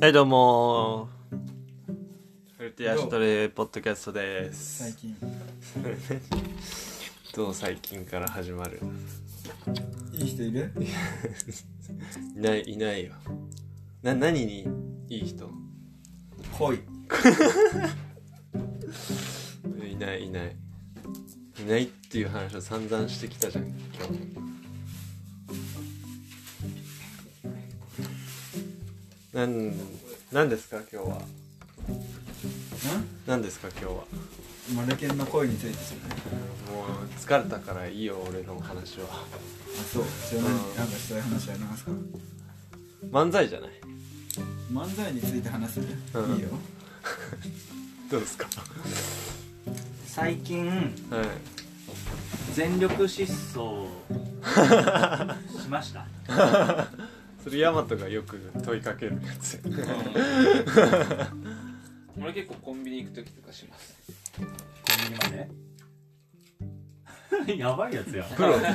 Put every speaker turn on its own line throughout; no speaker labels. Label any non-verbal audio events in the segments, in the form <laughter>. はいどうもフルティアシトレポッドキャストです
最近
どう最近から始まる
いい人いる
いないいないよな何にいい人
恋
いないいないいないっていう話を散々してきたじゃん今日なんなんですか今日は何ですか今日は
マルケンの恋についてですよね
もう疲れたからいいよ俺の話は
あそうじゃあ
う
何
ん
なんかそういう話ありますか
漫才じゃない
漫才について話す、
うん
いいよ
どうですか
最近
はい
全力疾走しました
それヤマトがよく問いかけるやつ
俺結構コンビニ行く時とかします
コンビニまで <laughs> やばいやつや
プロ
ロー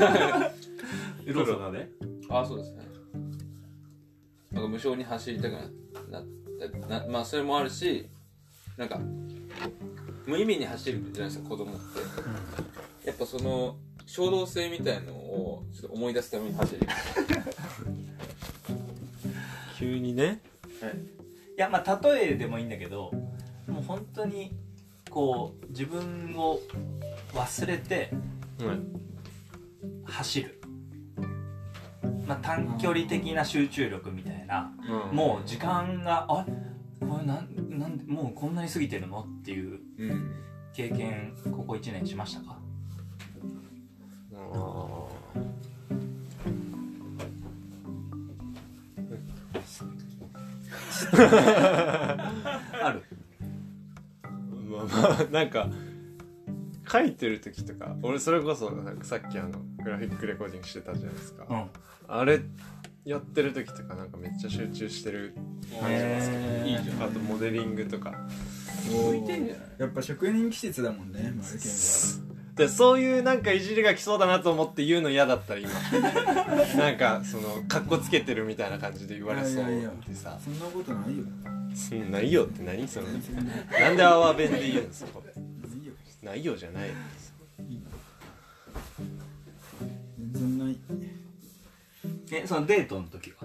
ソンまで
あそうですねなんか無性に走りたくなったなまあそれもあるしなんか無意味に走るじゃないですか子供ってやっぱその衝動性みたいのをちょっと思い出すために走ります
急にね
いやまあ例えでもいいんだけどもう本当にこう自分を忘れて
うん
走るまあ短距離的な集中力みたいなもう時間があれこれなんなんでもうこんなに過ぎてるのっていう
うん
経験ここ1年しましたか
うんあ
ある
ーまあまあなんか書いてる時とか俺それこそなんかさっきあのグラフィックレコーディングしてたじゃないですか、
うん
あれやってる時とかなんかめっちゃ集中してる感じますけど、
へー
いいじゃんあとモデリングとか
向いてんじゃない
やっぱ職人気質だもんねマルケンは
でそういうなんかいじりが来そうだなと思って言うの嫌だったら今なんかそのかっこつけてるみたいな感じで言われそうってさ
そんなことないよ
そんないよって何そのなんでアワー弁で言うのそこ
ないよ
ないよじゃないよ
全然ない
えそのデートの時は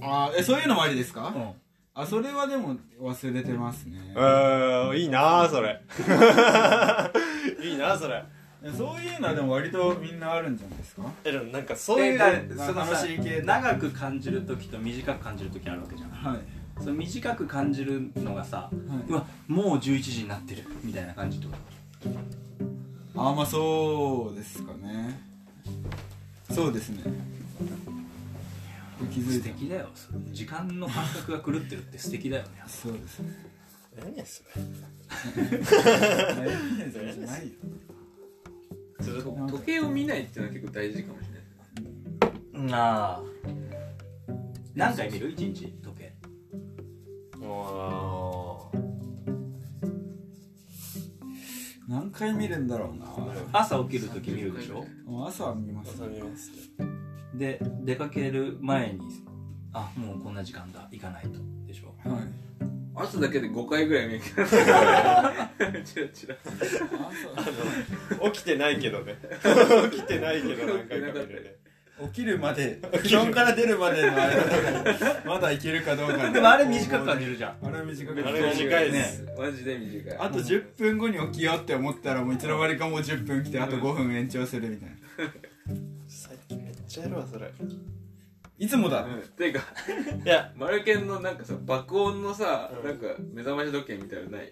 あーえそういうのもありですか、
ん
あそれはでも忘れてますね
うーんいいなあそれいいなあそれ
えそういうのはでも割とみんなあるんじゃないですか
えでもなんかそういう
ー
そのさ
楽しい系
長く感じる時と短く感じる時あるわけじゃん
はい
その短く感じるのがさ、うわもう11時になってるみたいな感じってこと
あーまあそうですかねそうですね気づ
素
いた
敵だよその時間の感覚が狂ってるって素敵だよね
そうですね
何それ
ないよ
それ
なんか
時計を見ないっていうのは結構大事かもしれない
ああ何回見る一日時計
も
何回見るんだろうな
朝起きる時見るでしょ
もう朝は見ます
う遊びます
で出かける前にあもうこんな時間だ行かないとでしょ
はい
朝だけで5回ぐらい見るけどチラチラ
起きてないけどね起きてないけど何回か見るね
朝起きるま <laughs> で布団から出るまでのあれだからまだいけるかどうか
<laughs> でもあれ短く感じるじゃん
あれは短く
あれ短いです
マジで短い
あと10分後に起きようって思ったらもういつの間にかもう10分来てあと5分延長するみたいな
最近めっちゃやるわそれい
いつもだ
うんていうか
や
マルケンのなんかさ爆音のさ、なんか目覚まし時計みたいなのない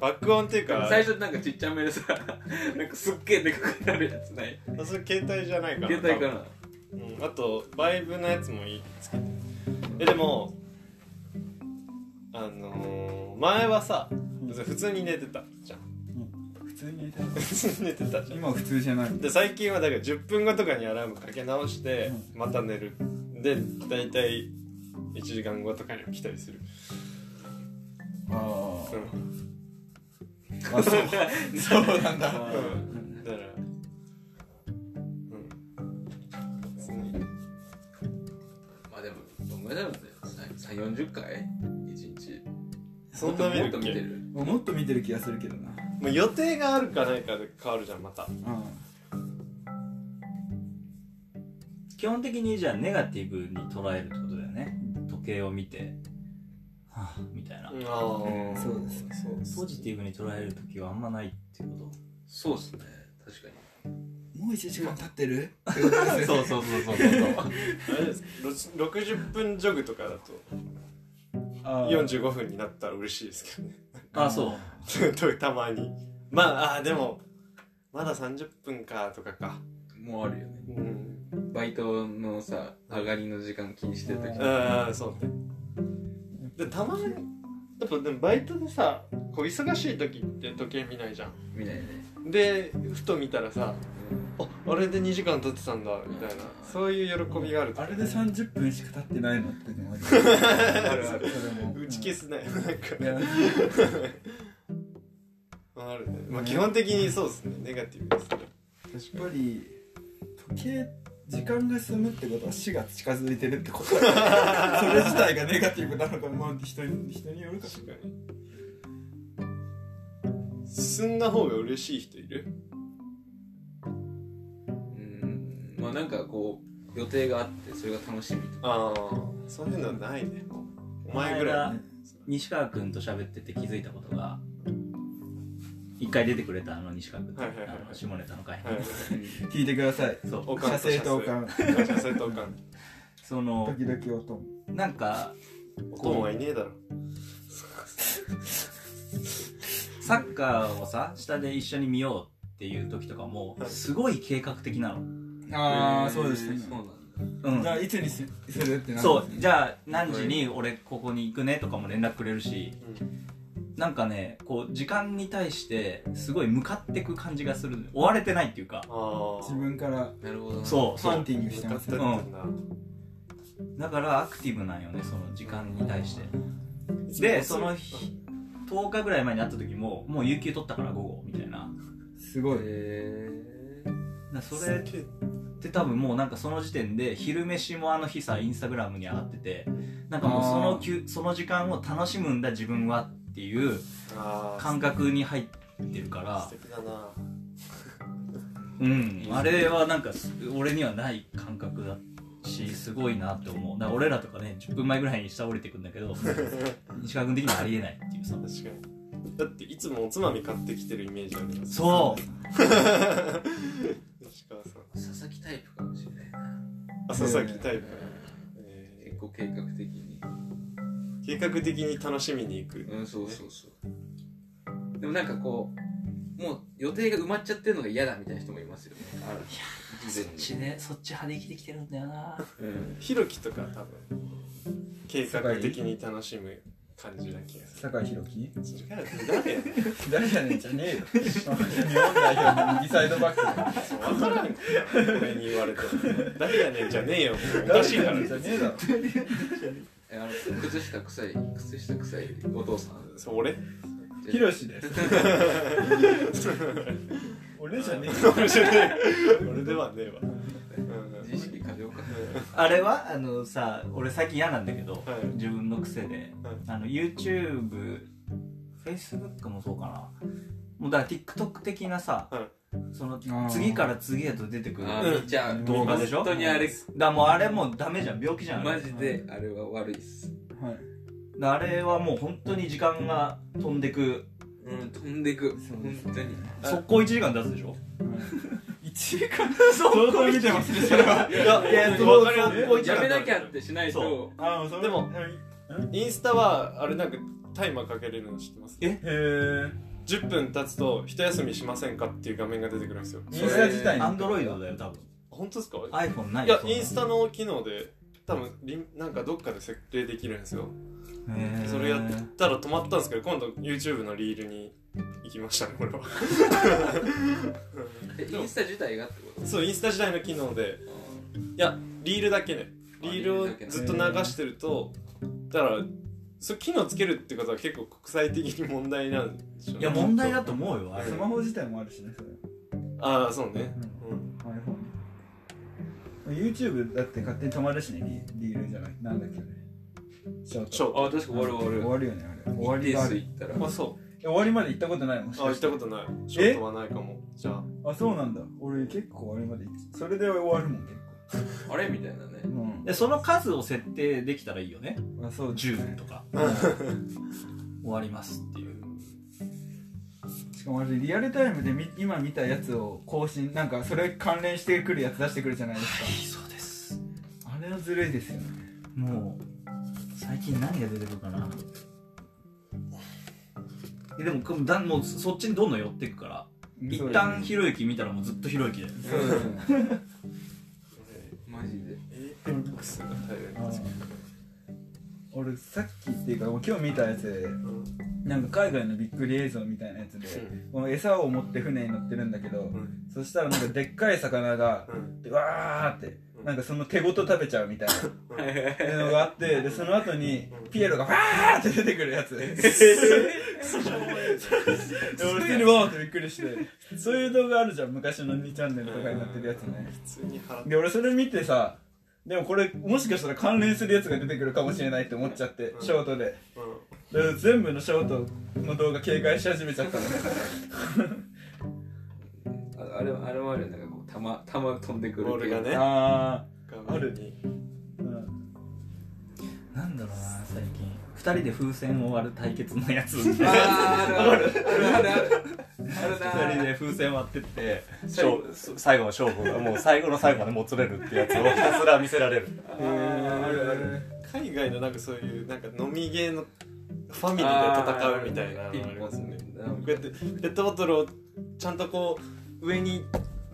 爆音っていうか
最初なんかちっちゃめでさ <laughs> なんかすっげえでかくなるやつない
あそれ携帯じゃないかな
携帯かな
多分うん、あとバイブのやつもいいつけてえでもあのー、前はさ別に普通に寝てたじゃん <laughs>
普通に寝てる
普通に寝てたじゃん
今普通じゃない
で最近はだから10分後とかにアラームかけ直してまた寝るで大体1時間後とかに起きたりする、
あ
う
ー
ん
あそうそうなんだ
うん、だからうん別に
まあでもどんぐらいだろうねさ40回一日
そんな見るっけ
もっと見てる
もっと見てる気がするけどな
もう予定があるかないかで変わるじゃんまた
う
基本的にじゃあネガティブに捉えるってことだよね時計を見てはあみたいな、
あ
そうです
そうです
ポジティブに捉える時はあんまないってこ
そうっすね確かに
んもう1時間経ってる
そうそうそうそうそう
あれですろ60分ジョグとかだと
あー
45分になったら嬉しいですけどね <laughs>
と <laughs> あそう
たまにまああーでもまだ30分かとかか
もうあるよね
うん
バイトのさ上がりの時間気にしてる時
あーそうねでたまにやっぱでもバイトでさこう忙しい時って時計見ないじゃ
見ないね、
んでふと見たらさ
うん
ああれで2時間経ってたんだみたいなそういう喜びがあると
あれで30分しか経ってないのってのもあるあるあるそれも
打ち消すねなんか
いや
あるね、まあ、基本的にそうですねネガティブですけど
やっぱり時計時間が進むってことは死が近づいてるってこと <laughs> だそれ自体がネガティブなのかまあ人に人によるか
確かに進んだ方が嬉しい人いる
うんまあなんかこう予定があってそれが楽しみと
ああそういうのはないねお前ぐらいね
西川君と喋ってて気づいたことが一回出てくれたあの西川君と、
はいはいはい
あの下ネタの会、
はい
聞いてください
そう
おかん
<laughs> 射
と
精とおかん
射精とおかん
その
時々おとん
なんか
おこんはいねえだろ
サッカーをさ下で一緒に見ようっていう時とかも
はい
すごい計画的なの、
ああ
へー
そうですね
そうなんだ
うん
じゃあいつにすするってなる
そうじゃあ何時に俺ここに行くねとかも連絡くれるしなんかねこう時間に対してすごい向かってく感じがする追われてないっていうか
ああ
自分から
なるほどな
そうそ
ハン
う
ティングして
向か
ま
っ
す
たって
ね
んだ
だからアクティブなんよねその時間に対して
い
で
つも
その日10日ぐらい前に会った時ももう有給取ったから午後みたいな
すごい
へえ
なそれっ
すげえ
て多分もうなんかその時点で昼飯もあの日さインスタグラムに上がっててなんかもうそ
あ
の
ー
きゅその時間を楽しむんだ自分はっていう
ああ
感覚に入ってるから
素敵だな
うんあれはなんかす俺にはない感覚だしすごいなって思うだから俺らとかね10分前ぐらいに下降りてくんだけ <laughs> ど西川君的にはありえないっていうさ
確かにだっていつもおつまみ買ってきてるイメージあります
そう
う石川さん
佐々木タイプかもしれないな
あ佐々木タイプ、え
結構計画的に
ー計画的に楽しみに行く
うんそうそうそうでもなんかこうもう予定が埋まっちゃってるのが嫌だみたいな人もいますよねある事前に
ねそっち派で生きてきてるんだよな
うん
ひろきとか多分計画的に楽しむ感じな気がす
酒井宏樹
る違う誰やねん
誰やねんじゃねえよ <laughs> 日本代表の右サイドバックだよ
分からんから俺に言われても誰やねんじゃねえよもうおかしいから
誰やねんじゃねえだろ
えあの靴下臭い靴下臭いお父 <laughs> さん
そう俺
ヒロシです。俺じゃねえよ。
俺じゃねえ俺ではねえわうん
自意識過剰か
あれはあのさ俺最近嫌なんだけど、
はい
自分の癖で、
はい
あの YouTubeFacebook もそうかなもうだから TikTok 的なさ、
はい
その
ー
次から次へと出てくる
あ
だか
ー見ちゃう
動画でしょ
本当にあれ
らもうあれもうダメじゃん病気じゃんあれ
マジであれは悪いっす
はい。
あれはもう本当に時間が飛んでく
うん飛んでく
そう
本当に
あ
速攻1時間出すでしょ
一時間相当見てます
<laughs>
ね。それは。
いやいや
わかるよ
速攻一時
や
間
めなきゃってしないと
そ
ああ、そ
でもインスタはあれなんかタイマーかけれるの知ってます
え
へえ。
10分経つと一休みしませんかっていう画面が出てくるんですよ
インスタ自体
ア
に
ンドロイドだよ多分
本当ですか
iPhone ない
いやインスタの機能で多分リンなんかどっかで設定できるんですよそれやったら止まったんですけど今度 YouTube のリールに行きましたね俺は <laughs>
えインスタ自体がってこと
そうインスタ時代の機能でいやリールだけねリールをずっと流してるとだからそう機能つけるってことは結構国際的に問題なんでしょうね
いや問題だと思うよあれ
スマホ自体もあるしね。それ
ああそうねうん、
iPhone。YouTube だって勝手に止まるしね。リリールじゃない。なんだっけね。ちょっと
ショート
あ、確か終わる終
終
わる。
わるよねあれ終わりがあ
一定数
る
行ったら。
あそ
え終わりまで行ったことないも
う
ん
あ行ったことないショートはないかもじゃあ
とあそうなんだ俺結構終わりまで行ってそれで終わるもん結
あれみたいなね。
構うん
でその数を設定できたらいいよね
あそうですね
10と <laughs> か終わりますっていう
しかもあれリアルタイムでみ今見たやつを更新なんかそれ関連してくるやつ出してくるじゃないです
そうです
かあれはずるいですよね
もう最近何が出てくるかなえでもこうだもうそっちにどんどん寄っていくから一旦ひろゆき見たらもうずっとひろゆきだよ
そうですね
マジで。
APEX が大変
あー俺さっきっていうかもう今日見たやつで
うん
なんか海外のびっくり映像みたいなやつで、この餌を持って船に乗ってるんだけど、
ん
そしたらなんかでっかい魚が
うん
でわーって
うん
なんかその手ごと食べちゃうみたいなっていうのがあってでその後に
うん
ピエロがわーって出てくる
<laughs>
やつで俺それにわーってびっくりして <laughs> そういう動画あるじゃん昔の2チャンネルとかになってるやつね
普通に払って
で俺それ見てさでもこれもしかしたら関連するやつが出てくるかもしれないって思っちゃってショートで
う
で全部のショートの動画警戒し始めちゃったの
ああれはあれはあるよなんかこう玉玉飛んでくる
ボールがね
あ
ん
ある
に
ーうん
なんだろうな最近二人で風船を割る対決のや
<laughs>
つ
あ
二
ーあるあるあるあるあるなー
人で風船割ってって
最後
勝最後の勝負がもう最後の最後までもつれるってやつをひ
<laughs>
たすら見せられる
あ
あるある
海外のなんかそういうなんか飲みゲーのファミリーで戦うみたいなのありますねこうやってペットボトルをちゃんとこう上に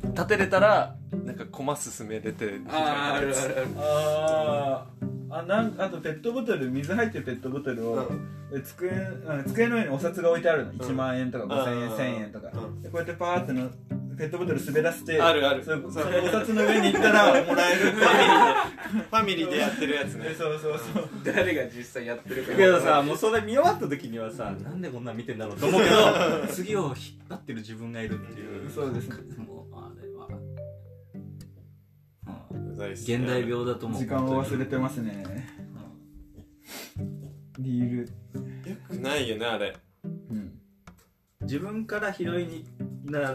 立てれたらなんか駒進めれて
あーあるあるある
あーあなんあとペットボトル水入ってるペットボトルを、で机うん机の上にお札が置いてあるの、1万円とか5000円
うん
1000円とか、
うん
でこうやってパーってのペットボトル滑らせて
あるある
そ
そう
それお札の上に行ったらもらえる
ファミリーでファミリーでやってるやつ
で
ね
そうそうそう
誰が実際やってるか
けどさもうそれ見終わった時にはさなんでこんなん見てんだろうと思うけど <laughs>
次を引っ張ってる自分がいるっていう
そうですね
もうあれは、うん、
大好き
現代病だと思う
時間を忘れ
て
てますねリール、
よくないよねあれ
うん、
自分から拾いにな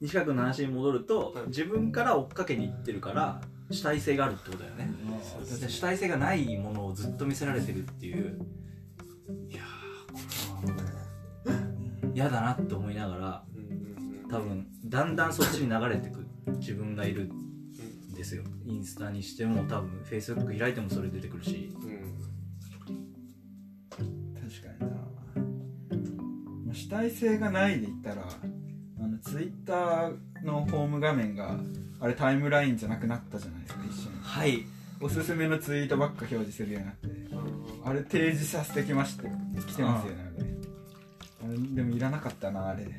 西川君の話に戻ると、
はい
自分から追っかけに行ってるから主体性があるってことだよね、
そう
だって主体性がないものをずっと見せられてるっていういやーこれはもう嫌だなって思いながら
うんうんうん
多分だんだんそっちに流れてく自分がいるんですよインスタにしても多分フェイスブック開いてもそれ出てくるし
うん
確かになまあ主体性がないで言ったらあのツイッターのホーム画面があれタイムラインじゃなくなったじゃないですか一瞬
はい
おすすめのツイートばっか表示するようになって
うん
あれ提示させてきまして来てますよねあれあれでもいらなかったなあれ
あれ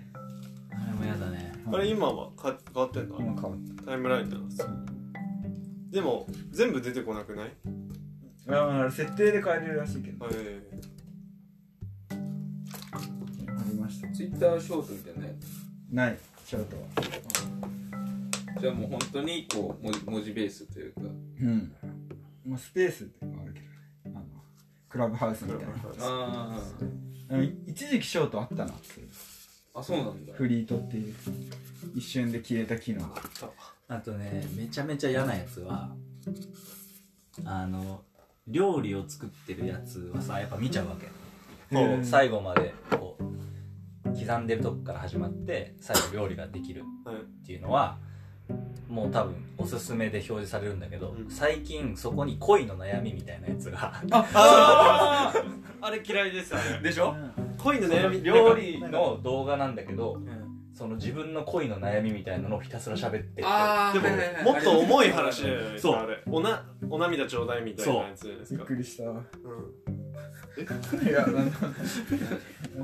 も嫌だね
あれ今はか変わってんだ
今変わっ
タイムラインだなでも全部出てこなくない
たああれ設定で変えれるらしいけど
あえー
ありました
ツイッターショートみたいなや
ないショートは
つじゃあもう本当にこう文字文字ベースというか
うんまあスペースっていうのがあるけどねあのクラブハウスみたいな
あ
あの一時期ショートあったなそういう
ああそうなんだ
フリートっていう一瞬で消えた機能
あとねめちゃめちゃ嫌なやつはあの料理を作ってるやつはさやっぱ見ちゃうわけ、
へー
最後までこう刻んでるとこから始まって最後料理ができる
はい
っていうのはもう多分おすすめで表示されるんだけど、
うん
最近そこに恋の悩みみたいなやつが <laughs>
ああれ嫌いですあれ
でしょ
恋の悩み
料
なんか
理の動画なんだけどその自分の恋の悩みみたいなのをひたすら喋ってて
あ
で
ーはいはいはい
ももっと重い話じゃないです
そう
かあれおなお涙ちょうだいみたいなやつじゃないです
びっ
か
くりしたわ
うん
いやなんだ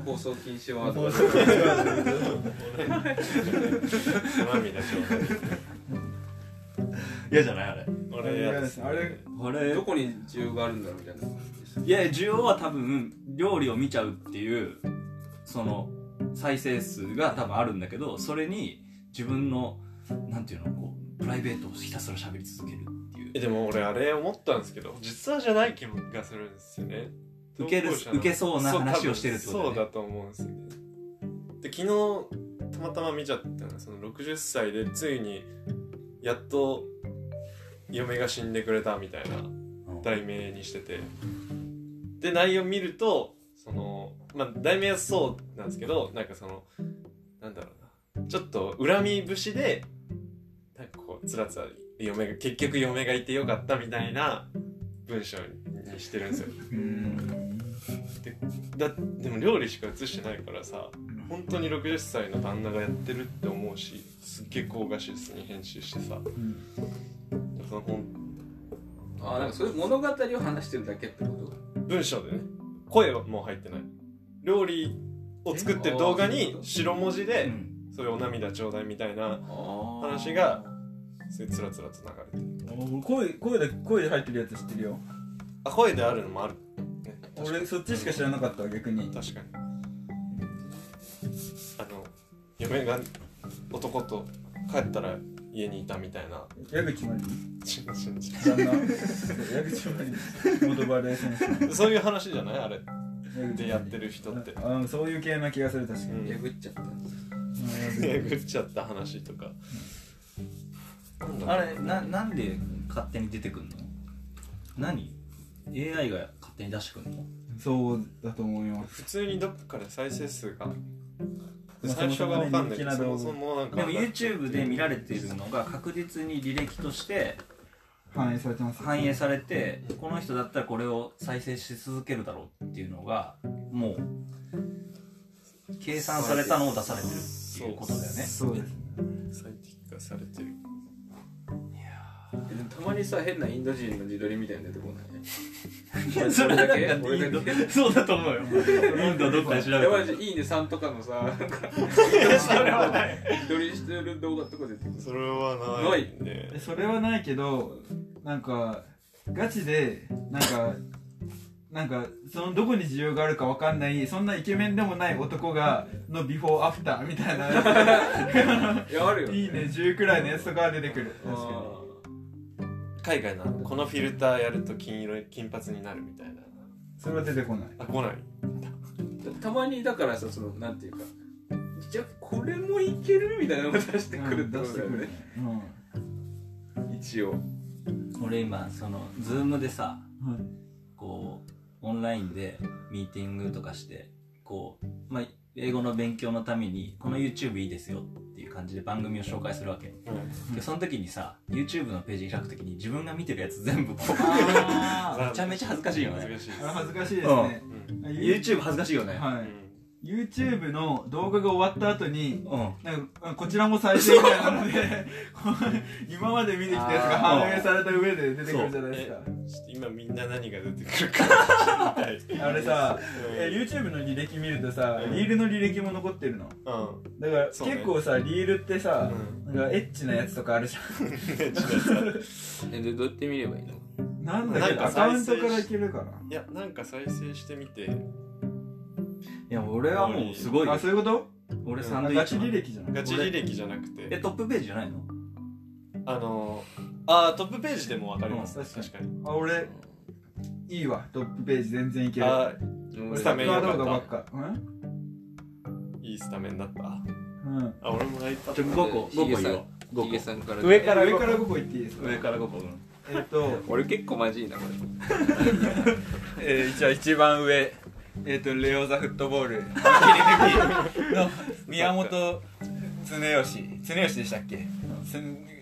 放送禁止ワード
放
が
送禁止ワード
お涙ちょう <laughs>
嫌じゃないあれ
だい
あれ
嫌です
あれ
あれ
どこに需要があるんだろうみたいな感じでした
いや需要は多分料理を見ちゃうっていうその再生数が多分あるんだけどそれに自分のなんていうのこうプライベートをひたすら喋り続けるっていう
えでも俺あれ思ったんですけど実話じゃない気がするんですよね
受ける
投稿者の
受けそうな話をしてるってことだ
そ
ね
う多分そうだと思うんですよねで昨日たまたま見ちゃったのがその60歳でついにやっと嫁が死んでくれたみたいな題名にしててで内容見るとそのまあ題名はそうなんですけどなんかそのなんだろうなちょっと恨み節でなんかこうつらつら嫁が結局嫁がいてよかったみたいな文章にしてるんですよ
うん
だでも料理しか映してないからさ本当に60歳の旦那がやってるって思うしすっげえ高画質に編集してさその本
ああなんかそういう物語を話してるだけってこと
文章でね声はもう入ってない料理を作ってる動画
え
に
あー
白文字で
ん、
「それお涙ちょうだい」みたいな
あー
話がそういうつらつらと流れてる
俺声声で声で入ってるやつ知ってるよ
あ声であるのもあるね確か
俺そっちしか知らなかったわ逆に
に確かにあの嫁が男と帰ったら家にいたみたいな
矢口真理
信じ信じ
旦 <laughs> 那矢口真理元バレー選手
そういう話じゃないあれ
矢口真理
でやってる人って
あうんそういう系な気がする確かに
うん
えぐっちゃった
えぐっちゃった話とかなんだろう
あれななんで勝手に出てくんの何 AI が勝手に出してくんの
そうだと思います
普通にどっかで再生数が
あ
最初が分かんないけど
そ
そ
も
もそ
そもね
もなんか
でも YouTube で見られてるのが確実に履歴として
反映されてます
反映されてこの人だったらこれを再生し続けるだろうっていうのがもう計算されたのを出されてるっていうことだよね
そうですね
最適化されてる
えでもたまにさ変なインド人の自撮りみたいなの出てこない
い <laughs> や <laughs> それはなんか
俺だけ
インドそうだと思うよインドどっかで調べ
やば
た
いいいねさんとかのさなんか
それはない
自撮りしてる動画とか出てくる
それは
な
ないいね
えそれはないけどなんかガチでなんかなんかそのどこに需要があるかわかんないそんなイケメンでもない男がのビフォーアフターみたいな
いやあるよ
いいね10くらいのやつとかが出てくる
あー
確か
海外のこのフィルターやると金色い金髪になるみたいな
にそれは出てこない
あ来ない
たまにだからさそのなんていうかじゃあこれもいけるみたいなのが出してくるって
うん出
こ
して
とだよ
くる
ね
ね、うんは
一応
俺今その Zoom でさ
い、
こうオンラインでミーティングとかしてこう、まあ、英語の勉強のためにこの YouTube いいですよっていう感じで番組を紹介するわけ、でその時にさ YouTube のページ開く時に自分が見てるやつ全部こう <laughs> めちゃめちゃ恥ずかしいよね
難しいです
あれ恥ずかしいですね
う、ん
YouTube 恥ずかしいよね、
う
は
ん
い、YouTube の動画が終わった後に
うん
なんかこちらも再生みたいなので <laughs> こう今まで見てきたやつが反映された上で出てくるじゃないですか
ちょっと今みんな何が出てくるか知りたい
あれさ、
うん
え YouTube の履歴見るとさ、
うん
リールの履歴も残ってるの
うん
だから、
そうね
結構さリールってさ、
う
なんかエッチなやつとかあるじ
ねちょっとやつある
えでどうやって見ればいいの
ゃんなんだ
なん
けど
か
アカ
再
ウン
生
ト
し
からいけるかない
やなんか再生してみて
いや俺はもうすごいよ
あそういうこと
俺サンドイッ
ガチ
チマン
履歴じゃん
ガチ履歴じゃなく
え
て
トップページじゃないの
あのあートップページでもわかります
うん
確かに
あ俺いいわトップページ全然いける
あースタメン
サ
よ
ッカー動画
か
ば
っ
っかうん
たいいスタメンだった
うん
あ俺も iPad
ちょ5個5個言おう
ヒゲ
5
さんから
上から
上から5個いっていいです
個
か
上から5個うん
えっと
俺結構マジいいなこ
えー、じゃあ一番上えっ、とレオ・ザ・フットボール切り抜きの宮本恒吉恒吉でしたっけ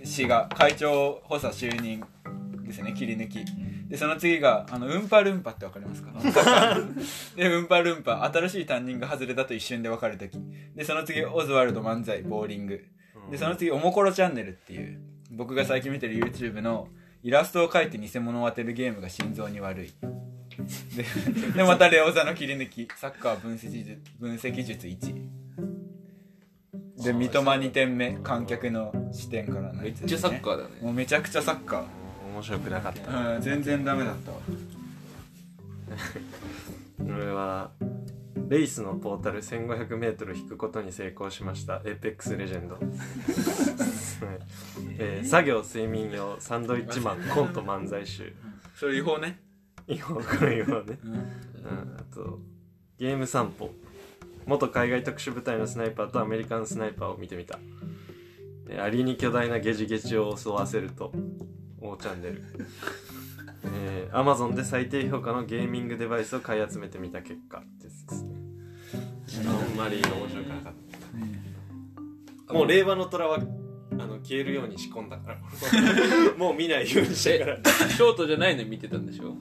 す氏が会長補佐就任ですね切り抜きでその次があのウンパルンパってわかりますか <laughs> でウンパルンパ新しい担任が外れたと一瞬で分かる時でその次オズワルド漫才ボーリングでその次おもころチャンネルっていう僕が最近見てる YouTube のイラストを描いて偽物を当てるゲームが心臓に悪いででまたレオザの切り抜きサッカー分析術分析術1で三笘2点目観客の視点からの
れめ
や
っ
つ
ちゃサッ
ー
カーだね
もうめちゃくちゃサッカ
面白くなかった
ー、うん、全然ダメだったわ
俺はレイスのポー <laughs> タル 1500m 引くことに成功しましたエーペックスレジェンドはいえー作業睡眠用サンドイッチマンコント漫才集
それ違法ね
違法これ違法ね、うん、あとゲーム散歩元海外特殊部隊のスナイパーとアメリカンスナイパーを見てみたえーアリに巨大なゲジゲジを襲わせると王チャン
<laughs>
ネルえー、Amazon で最低評価のゲーミングデバイスを買い集めてみた結果ですねあんまり面白くなかったもう令和の虎はあの消えるように仕込んだ
<laughs>
からもう見ないようにしてから
ショートじゃないの見てたんでしょ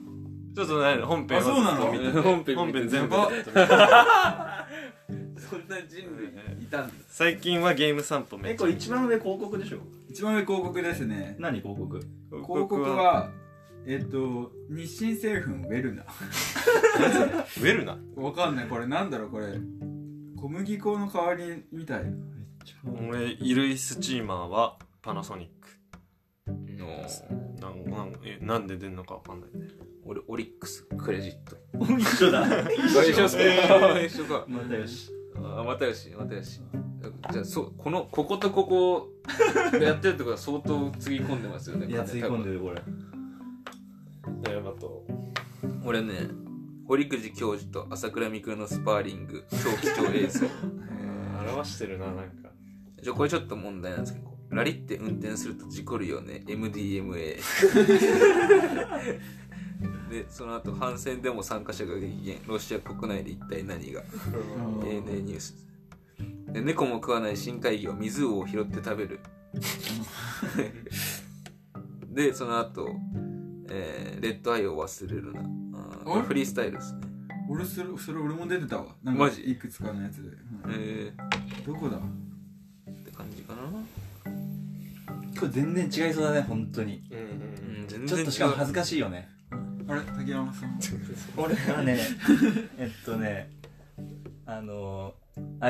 ちょっとね本編は
あそうなの
ずっと見て
本編見てた
本編全部
やば
ずっと見てた
そんな人類いたんです
最近はゲーム散歩め
え
っちゃ
これ一番上広告でしょ
一番上広告ですね
何広告
広
広告はえっと日清製粉ウェルナ
ウェルナ
わかんないこれなんだろうこれ小麦粉の代わりみたい
俺衣類スチーマーはパナソニック
の
なんなんえなんで出んのかわかんないね
俺オリックスクレジット
一緒だ
一緒っすか一緒か
またよし
あ又吉又吉じゃあそうこのこことここをやってるってことは相当つぎ込んでますよね
いやつい込んでるこれ
えあと
俺ね堀口教授と朝倉未来のスパーリング超貴重映像
表してるななんか
じゃあこれちょっと問題なんですけどラリって運転すると事故るよね MDMA
<laughs>
でその後反戦でも参加者が激減ロシア国内で一体何が ANA ニュースで猫も食わない深海魚水魚を拾って食
<laughs>
べるでその後、えーレッドアイを忘れるなあー
あれ
フリースタイルですね
俺それそれ俺も出てたわなんか
マジ
いくつかのやつで、うん
え
どこだ
ーって感じかな
これ全然違いそうだね本当に
うんうん
全然
ちょっとしかも恥ずかしいよね
あれ竹山さん
俺はねえっとねあの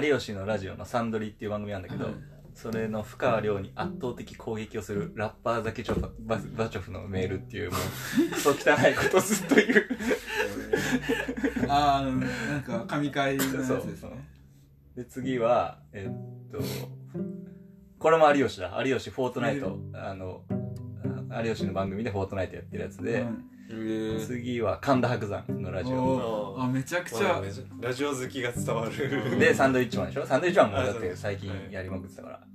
有吉のラジオの「サンドリ」っていう番組なんだけど、
はい
それの深川亮に圧倒的攻撃をするラッパーザキチョフバスバチョフのメールっていうもうクソ汚いことをずっと言う
ああなんか神回のやつです
そう
ね
で次はえっとこれも有吉だ有吉フォートナイトあのあ有吉の番組でフォートナイトやってるやつで、
うん
えー
次は神田伯山のラジオ
おーあめちゃくち
まあ
ゃ
めちゃラジオ好きが伝わる
でサンドイッチマンでしょサンドイッチマンもだっ
あそう
て
です
最近やりまくってたから、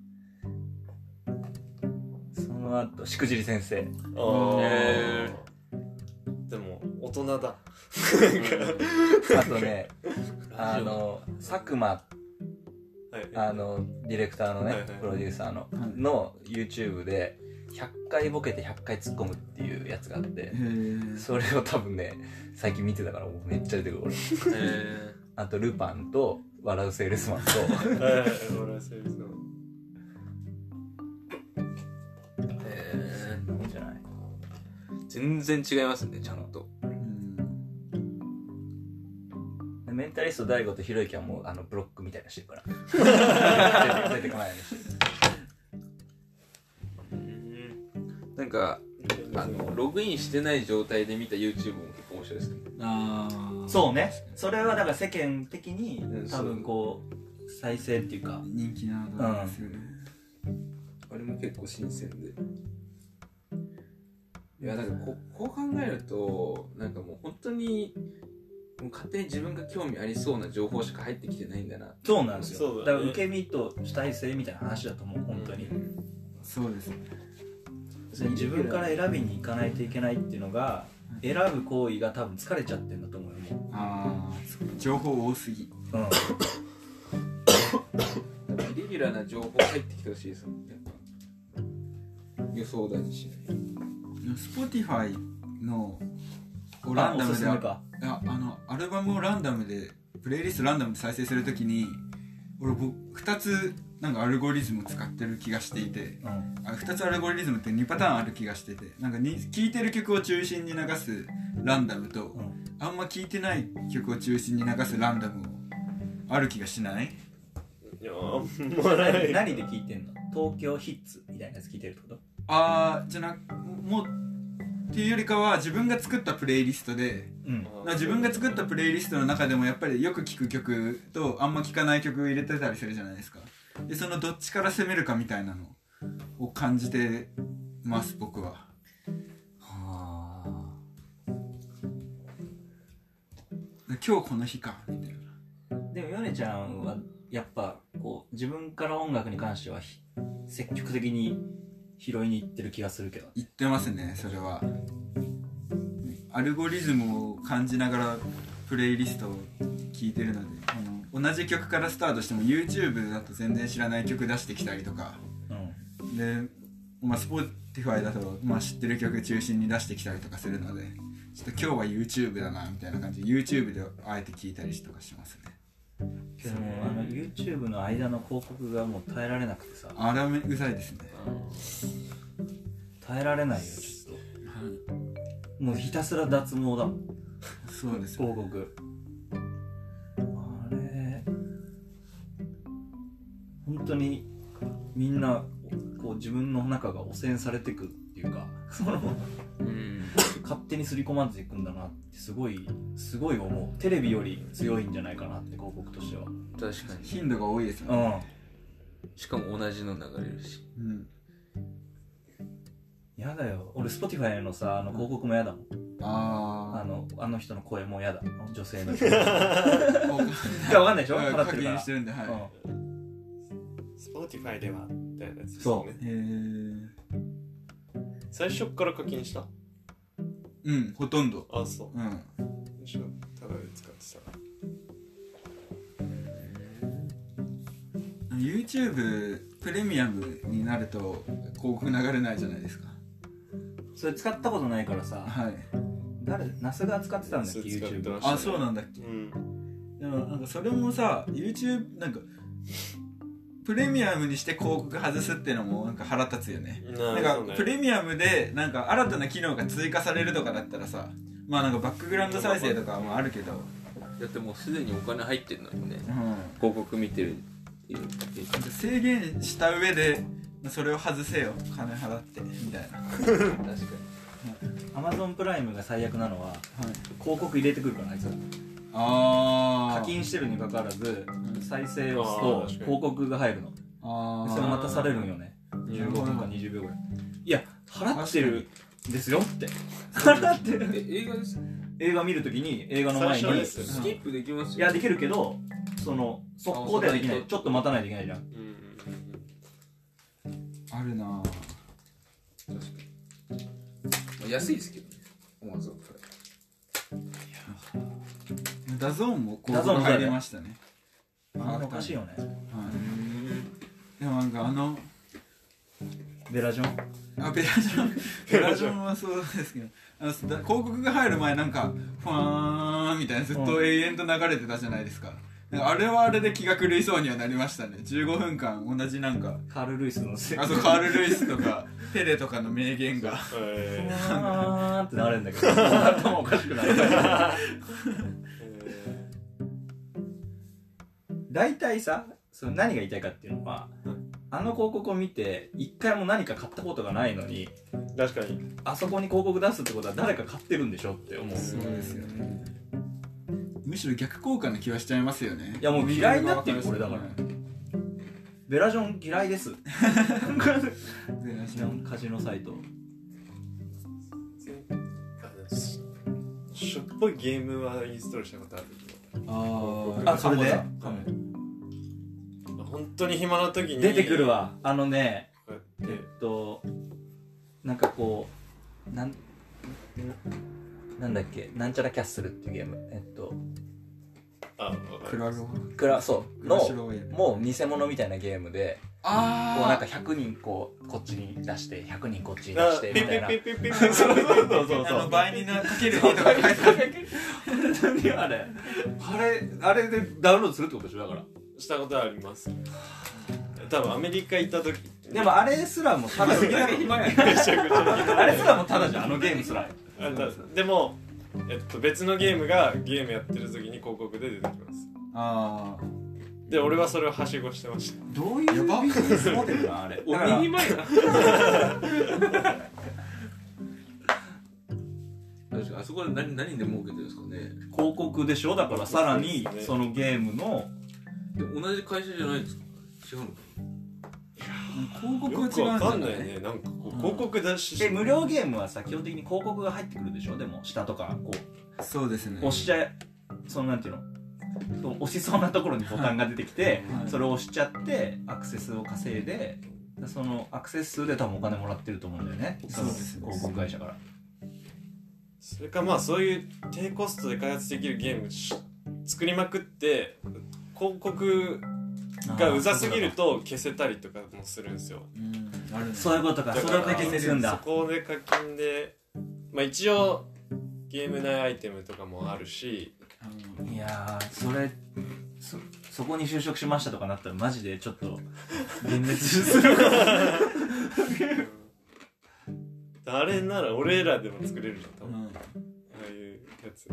その後しくじり先生
あ
へ
ーでも大人だ
あとねあの佐久間あのディレクターのね、
はいはい
プロデューサーの、
い
の YouTube で100回ボケて100回突っ込むっていうやつがあって
へー
それを多分ね最近見てたからもうめっちゃ出てくる俺
え
あとルパンと笑うセールスマン
<laughs>
と
はいはい俺はセールスマン
え
いいんじゃない
ー全然違いますねちゃんと
うん
でメンタリスト大悟とひろゆきはもうあのブロックみたいなしてるから
<laughs>
出て出てこないようにしてる
なんかあのログインしてない状態で見た YouTube も結構面白いですね
ああ
そうねそれはだから世間的に
うん
多分こう再生っていうか
人気な動画ですよね、
あれも結構新鮮でいやなんかここう考えるとなんかもう本当にもう勝手に自分が興味ありそうな情報しか入ってきてないんだな
そうなんですよ
そう
だ,、
だね
から受け身と主体性みたいな話だと思う本当に、
そうですね
それ自分から選びに行かないといけないっていうのが選ぶ行為が多分疲れちゃってるんだと思うよも
ああ情報多すぎ
う、うん、
だからイレギュラーな情報入ってきてほしいですもんやっぱ予想だにしない
スポティファイのをランダム
あおすす
で
めか
いやあのアルバムをランダムでプレイリストランダムで再生するときに俺僕2つなんかアルゴリズム使ってる気がしていて
うん
あ2つアルゴリズムって2パターンある気がしててなんかに聴いてる曲を中心に流すランダムと
うん
あんま聴いてない曲を中心に流すランダムをある気がしない
いやーもうない
何何で聞いてんの東京ヒッツみたいなやつ聞いてるってこと
あーじゃなくもうっていうよりかは自分が作ったプレイリストで
うん
だから自分が作ったプレイリストの中でもやっぱりよく聴く曲とあんま聴かない曲入れてたりするじゃないですかでそのどっちから攻めるかみたいなのを感じてます僕は
あ
今日この日かみたいな
ーでもヨネちゃんはやっぱこう自分から音楽に関してはひ積極的に拾いに行ってる気がするけど
言ってますねそれはアルゴリズムを感じながらプレイリストを聞いてるのであの同じ曲からスタートしても YouTube だと全然知らない曲出してきたりとか
うん
で、まあ、Spotify だと、まあ、知ってる曲中心に出してきたりとかするのでちょっと今日は YouTube だなみたいな感じで YouTube であえて聞いたりとかしますね
けどもうあの YouTube の間の広告がもう耐えられなくてさ
あらめうざいですね
耐えられないよちょっ
は
ともうひたすら脱毛だもん
いそうです
広告あれ本当にみんなこう自分の中が汚染されてくっていう <laughs> かその
うん
勝手に刷り込まれていくんだなってすごいすごい思うテレビより強いんじゃないかなって広告としては
確かに
頻度が多いですよね、
う
しかも同じの流れるし
うん
んやだよ俺 Spotify のさあの広告もやだもんあ
あ
のあの人の声もやだ女性の人いや
あ分
<laughs> わかんないでしょ払
課
って
金
るから
してるんではい、
うん
Spotify ではみたいなやつです
そ
ね
えー、
最初から課金した
うんほとんど
あそう
うん
最初ただで使ってた
YouTube プレミアムになると広告流れないじゃないですか
それ使ったことないからさ
はい
誰那須が使ってたんだっけ
そう使って
YouTube
ましたね
あそうなんだっけ
うん
でもなんかそれもさ YouTube なんかプレミアムにして広告外すっていうのもなんか腹立つよね
な
なんん
か
かプレミアムでなんか新たな機能が追加されるとかだったらさまあなんかバックグラウンド再生とかもあるけど
だってもうすでにお金入ってんのにね
うんなん
広告見てるっていう
か制限した上でそれを外せよ金払ってみたいなはい
確かに
Amazon プライムが最悪なのは広告入れてくるからあいつら
ああ
課金してるにもかかわらず
ん
再生を
あー
押
確
す
か
と
に
広告が入るので
あ
それ待たされるんよね15分か20秒ぐらいいや払ってるんですよって払ってる
え映画です
映画見るときに映画の前
最
に
初です
スキップできます
いやできるけどその速攻ではできな
あ
いちょっと待たないといけないじゃん
うんうん
あるなぁ
安いですけどね Amazon プライ
ダゾーンも広告入りましたね
あれおかしいよね
はいでもなんかあの
ベラジョン
あベラジョンベラジョンはそうですけどあのだ広告が入る前なんかファーンみたいなずっと永遠と流れてたじゃないですかなんかあれはあれで気が狂いそうにはなりましたね15分間同じなんか
カール・ルイスのせい
あとカール・ルイスとかペレとかの名言が
えー
あーってなるんだけど頭おかしくなる
え
<laughs> 大体さその何が言いたいかっていうのは、
うん
あの広告を見て一回も何か買ったことがないのに
ー確かに
あそこに広告出すってことは誰か買ってるんでしょって思う
そ
そうう
で
ですす
よ
よねむしろ逆効果な気はしちゃいますよね
いやもう嫌いになってるこれだからベラジョン嫌いです <laughs>
ベラジョン
カジノサイト
あししょっぽいゲームはインストールしたことある
あ
あそれで
本当に暇な時に
出てくるわあのね
こう
え
やって
っとなんかこうなんなんだっけなんちゃらキャッスルっていうゲームえっと
あわか
ク
る
ラロ
クラそうの
クラロエ
もう偽物みたいなゲームで
あ
こう
あ
なんか100人こうこっちに出して100人こっちに出
あ
してみたいな
ピッピッピッピッピッそうそうそう
あの倍になかける2とか書いてある
何あれあれあれでダウンロードするってことでしょだから
したことはあります多分アメリカ行った時
でもあれすらもただ
めちゃくちゃ
あれすらもただじゃんあのゲームすら
あだでも、えっと、別のゲームがゲームやってる時に広告で出てきます
あ
で俺はそれをはしごしてました
どういうビジネスモデルなんあれだから
前だ確かにあそこで何何で儲けてるんですかね
広告でしょだからさらに
そうですね
そのゲームの
で同じ会社じゃないんですか違うのか
広告
よく
は違う
わ
んじ
か
ゃ
ん
な
ない
い
ねなんかこう広告出し
で無料ゲームはさ基本的に広告が入ってくるでしょでも下とかこ
そうですね
う押しちゃそのなんていうのそう押しそうなところにボタンが出てきて、
はい
それを押しちゃってアクセスを稼いでそのアクセス数で多分お金もらってると思うんだよね
そうですね
広告会社から
それかまあそういう低コストで開発できるゲームし作りまくって広告がうざすぎると消せたりとかもするんですよ
うんあるね
そういうことか
だ
そ
か
れ
ら
だけ消せるん
そ
だ
こで課金でまあ一応ゲーム内アイテムとかもあるし
うん
いやーそれそそこに就職しましたとかなったらマジでちょっと幻滅する
あれなら俺らでも作れるじゃん多分、あ
うん
あいうやつ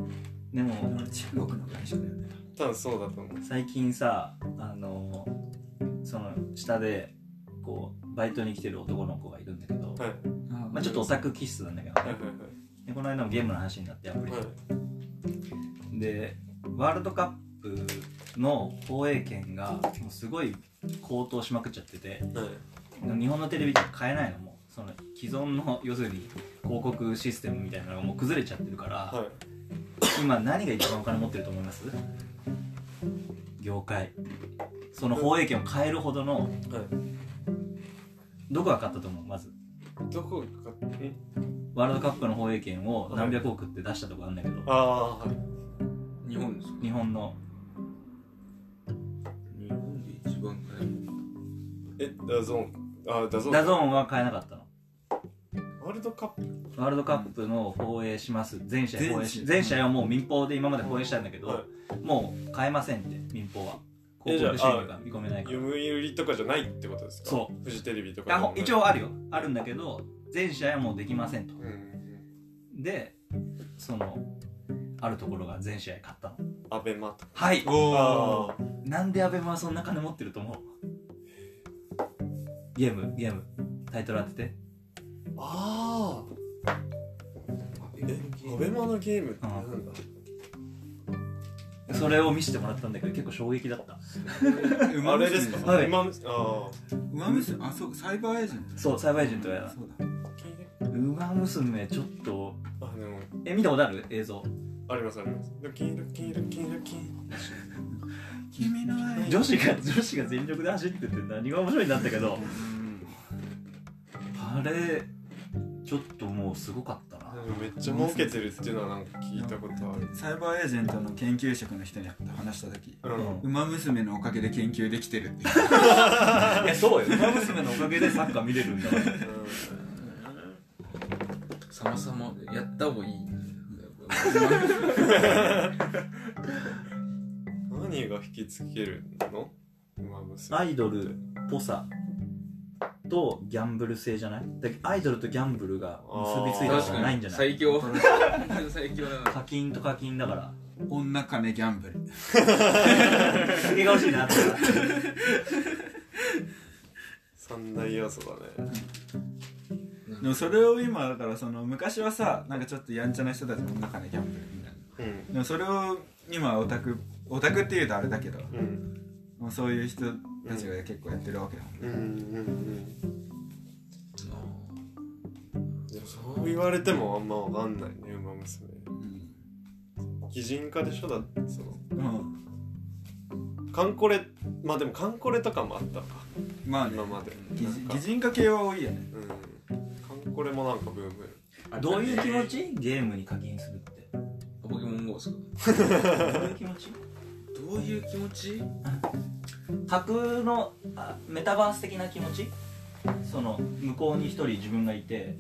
でも
あれ中国の会社だよね
多分そうだと思う
最近さあのその下でこうバイトに来てる男の子がいるんだけ
は
ど、
い
まあ、ちょっとオタク気質なんだけど
はい
ね
はいはい
でこの間もゲームの話になってアプリで
はい
でワールドカップの放映権がもうすごい高騰しまくっちゃってて
はい
日本のテレビじゃ買えないのもうその既存の要するに広告システムみたいなのがもう崩れちゃってるから、
はい
今何が一番お金持ってると思います業界その放映権を変えるほどの
は
どこが勝ったと思うまず
いどこかん
ワールドカップの放映権を何百億って出したとこあるんだけど、
ああはい
日本ですか
日本の
日本で一番早い
えダゾーンあダゾーン
ダゾーンは買えなかったの
ワールドカップ
ワールドカップの放映します全試合放映
全試合
し全試合はもう民放で今まで放映したんだけど、
は
もう買えませんって民放は
え
広告
じゃあ
収入が見込めないから
読み売りとかじゃないってことですか
そう
フジテレビと
いや
か
ほ一応あるよあるんだけど全試合はもうできませんと
うんうん
でそのあるところが全試合買ったの
アベマとか
はい
お
なんでアベマはそんな金持ってると思うゲームゲームタイトル当てて
あーえアベマのゲームってなんだ
それを見せてもらったんだけど結構衝撃だった
あれですか、
はい
今ああ
馬娘あそうかサイバーエージェント
そうサイバーエージェントや
そうだ
ウマ娘ちょっと
あでも
え見たことある映像
ありますありますドキドキドキドキ
君の愛
女子が女子が全力で走ってて何が面白いんだったけどあれちょっともうすごかったな
でもめっちゃ儲けてるっていうのはなんか聞いたことある
サイバーエージェントの研究職の人に話した時
うん
馬娘のおかげで研究できてるって言っ
いやそうよウマ娘のおかげでサッカー見れるんだから
さまさまやった方
<laughs>
がいい
何が引きつけるの馬娘
アイドルっぽさとギャンブル性じゃないだけどアイドルとギャンブルが結びついたこと
確
がな
か
いんじ
に
ゃない
最強最強
<laughs>
だな
課金と課金だから
て女金ギャンブル
関係が欲しいなって
三大要素だね
でもそれを今だからその昔はさなんかちょっとやんちゃな人たちも女金ギャンブルみたいな
うん
でもそれを今オタクオタクっていうとあれだけど
うん
もうそういう人たちが結構やってるわけだもんね
うんうんうんでもそう言われてもあんまわかんないね馬娘擬人化でしょだってその
うん
カンコレまあでもカンコレとかもあったか
まあね
今まで
擬
なん
人
か
擬人化系は多いよね
うんカンコレもなんかブーム
どういう気持ちゲームに課金するって
ポケモン GO ですか
どういう気持ち
どういう気持ち
架空のあメタバース的な気持ちその向こうに一人自分がいて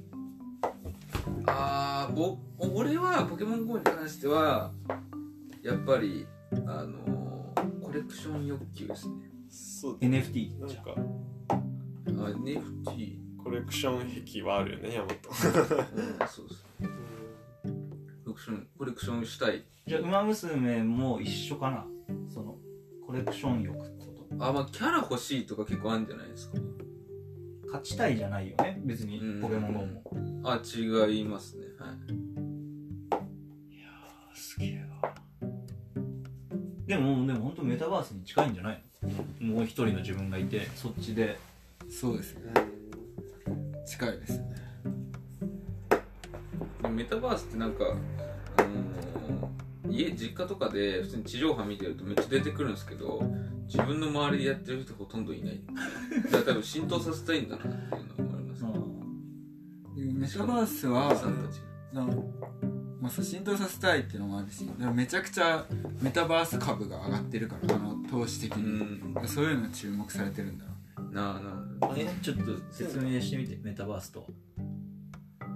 ああぼ俺はポケモン GO に関してはやっぱりあのー、コレクション欲求ですね
そうだね
NFT
なん
じゃ
か
あ NFT
コレクション癖はあるよねヤマト
うんそうそうコレクションコレクションしたい
じゃあ「ウマ娘」も一緒かなそのコレクション欲ってこと
あまあキャラ欲しいとか結構あるんじゃないですか
勝ちたいじゃないよね別に
うん
ポケモン GO も
あ違いますねはい
すげえなでもでも本当メタバースに近いんじゃないのもう一人の自分がいてそっちで
そうですよ近いですね
でもメタバースってなんか、あのー家実家とかで普通に地上波見てるとめっちゃ出てくるんですけど自分の周りでやってる人ほとんどいないだから多分浸透させたいんだなっていうのは思います
メタバース
お
は
じさんたち
なんかまあ、そう浸透させたいっていうのもあるしでもめちゃくちゃメタバース株が上がってるからあの投資的
う
に、
ん
そういうの注目されてるんだろ
なあな
えちょっと説明してみてメタバースとは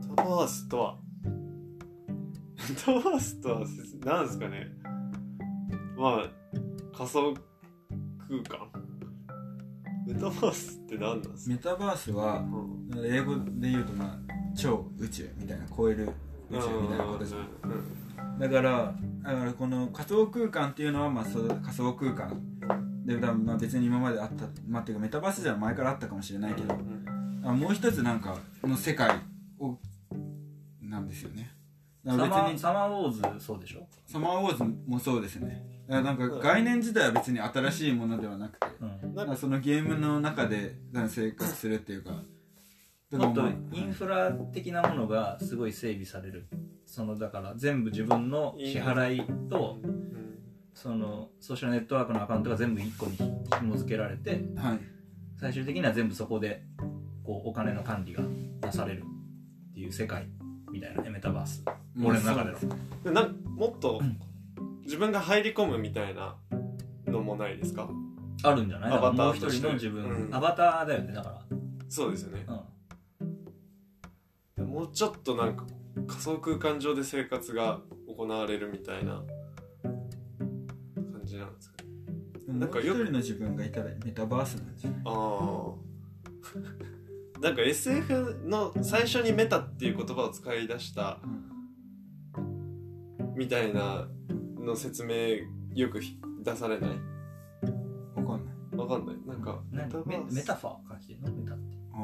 メタバースとはメタバースとは何ですかねまあ仮想空間メタバースって何なんで
う
すか、
メタバースは
うん
英語で言うとまあ超宇宙みたいな超える宇宙みたいなことじゃん
うん
だからだからこの仮想空間っていうのはまあそう仮想空間で多分まあ別に今まであったまあていうかメタバースじゃ前からあったかもしれないけどあもう一つなんかの世界をなんですよねだ
サ
から
マ
別
ー
に
サマーウォーズそうでしょ、
サマーウォーズもそうですねだからなんか概念自体は別に新しいものではなくて
うん、
だからそのゲームの中でなんか生活するっていうかだか
も
ら
っと
まあ
インフラ的なものがすごい整備されるそのだから全部自分の支払いとそのソーシャルネットワークのアカウントが全部1個に紐付けられて
はい
最終的には全部そこでこうお金の管理がなされるっていう世界みたいなねメタバース俺の中での
そう
でなんもっと自分が入り込むみたいなのもないですか
あるんじゃない
ア
だから
バタ
もう
ー
一
とし
人
て
の自分、
うん
アバターだよねだか
そうですよね
ら、うん、
でもうちょっとなんか仮想空間上で生活が行われるみたいな感じなんですかね
でもも
なん
う
か
一
よく
人の自分がいたらメタバースなんじゃない
ああ <laughs> なんか SF の最初にメタっていう言葉を使い出したみたいなの説明よくひ出されない
わかんない
わかんないなんか
何
メタバ
メ
ース
メタファーから来てるのメタって
ああ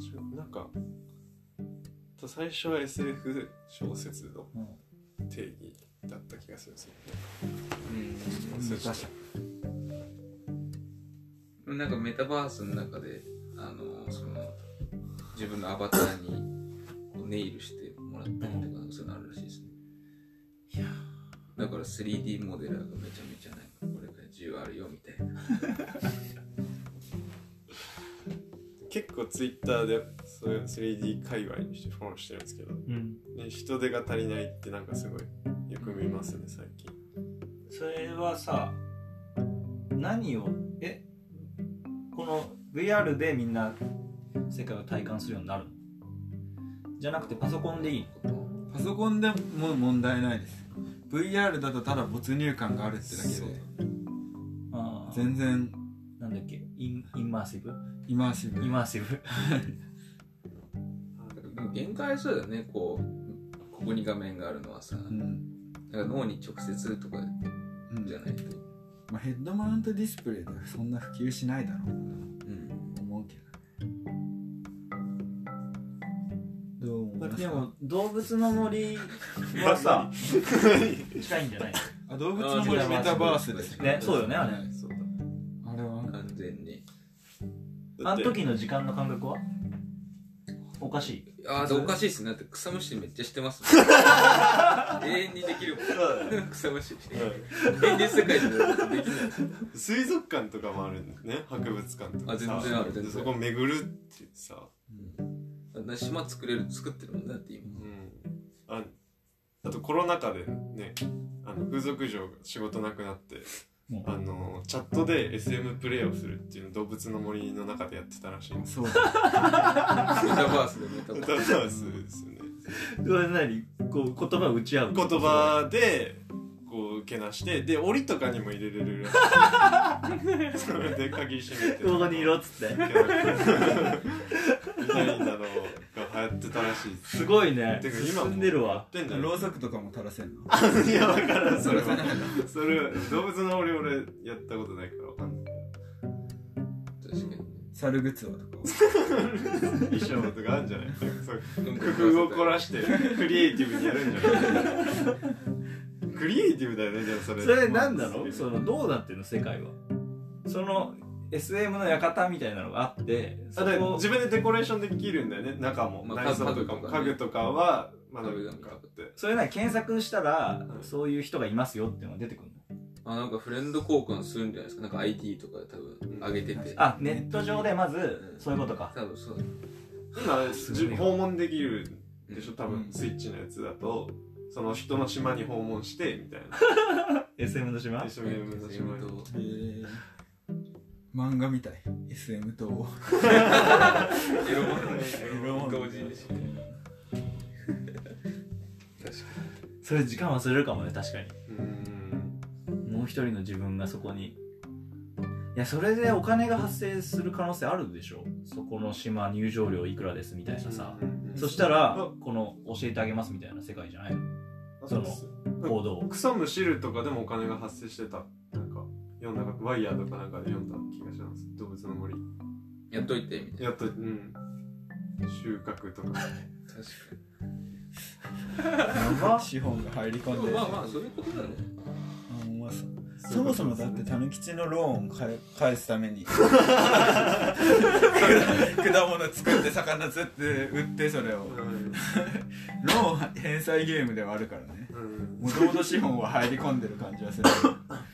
ちょなんか最初は SF 小説の定義だった気がするんですよ
うん難しい
あなんかメタバースの中であのその自分のアバターにこうネイルしてもらったりとかそういうのあるらしいですね
いや
だから 3D モデラーがめちゃめちゃなんかこれから自由あるよみたいな
結構ツイッターでそういう 3D 界隈にしてフォローしてるんですけど、
うん
ね、人手が足りないってなんかすごいよく見ますね最近
それはさ何をえこの VR でみんな世界を体感するようになるのじゃなくてパソコンでいい
ことを
パソコンでも問題ないです VR だとただ没入感があるってだけ
そう
で
あ
全然
なんだっけインインマーシブ
イマーシ
イ
ブ
ンマーシブ
でも限界ありそうだよねこうここに画面があるのはさ、
うん
なんか脳に直接とか
うん
じゃないと、
まあ、ヘッドマウントディスプレイではそんな普及しないだろう
うん、
と思うけどどう思います
で
か
も動物の森はさ
<laughs>
近いんじゃない
あ動物の森メタバースです
ねそうよねあれ
はい
そうだ
あれは
完全に
だ
あ
っ
の
て
時の時間の感覚はおかしい
ああおかしいっすねだって草むしりめっちゃしてますもん永遠にできるもん草むしり現実世界でもできない
うん水族館とかもあるんだね博物館とか
あ全然ある全然
そこ巡るってさ、
あんな島作れる作ってるもんだって今
うん、ああとコロナ禍でねあの風俗嬢が仕事なくなって、
うん
あのチャットで SM プレイをするっていうのを動物の森の中でやってたらしいんです
そうだ
メタバースでメタ
メ
バ
タバ
ース
ースですよね
それ何こう言葉を打ち合う
言葉でこうけなしてで檻とかにも入れれるらしいそれで鍵閉めて
ここにいろっつって
みたいなのが流行ってたらしいです
すごいね
てか今も
進んでるわ
やってんじゃない
ろうそくとかも垂らせんの
いや分からんそれはそれは動物の森俺やったことないから分かんない
確か
猿グッズはとか
衣装とかあるん <laughs> じゃないそう
に
工夫を凝らしてクリエイティブにやるんじゃないクリエイティブだよねでもそれ
それ何なのそ
の
のどうなってんの世界はその SM の館みたいなのがあってそ
あだから
こ
自分でデコレーションできるんだよね中も、
まあ
内装とか
家具と
も
かね
家具とかは窓にかって
そういうのは検索したら、
うん
そういう人がいますよっていうのが出てくるの
あなんかフレンド交換するんじゃないですかなんか IT とかで多分上げてて
あネット上でまずそういうことか
多分そう
今
す
じ
ごい
訪問できるでしょ多分、
うん
スイッチのやつだとその人の島に訪問してみたいな
SM の島
一緒に自分の島に
漫画みたい SM と
エロ漫画同時に
<laughs> それ時間忘れるかもね確かに
うん
もう一人の自分がそこにいやそれでお金が発生する可能性あるでしょそこの島入場料いくらですみたいなさ、
うん
そしたら
あ
この教えてあげますみたいな世界じゃないの
あそうですうん
行動
草むしるとかでもお金が発生してたなんか読んだかワイヤーとかなんかで読んだ気がします動物の森
やっといてみたい
やっとうん収穫とか
な確か
資本が入り込
に
ん
で
で
もまあまあそういうことだね
あのまあそそもそもだってタヌキチのローンを返返すため <laughs> に果物作って魚釣って売ってそれを
うん
ローンは返済ゲームではあるからね
うん
もともと資本は入り込んでる感じはする
まあ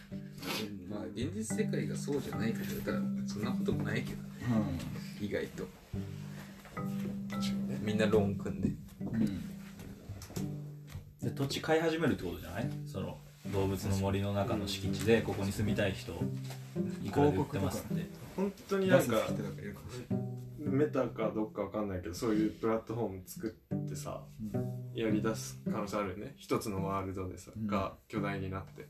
現実世界がそうじゃないかと言ったらそんなこともないけどね意外とみんなローン組んで
うん、うん
で土地買い始めるってことじゃないその動物の森の中の敷地でここに住みたい人いくらで売ってますって
本当になん
出す
か
人とかいるかもしれない
メタかどっかわかんないけどそういうプラットフォーム作ってさ、やりだす可能性あるよね一つのワールドでさ、
うん
が巨大になって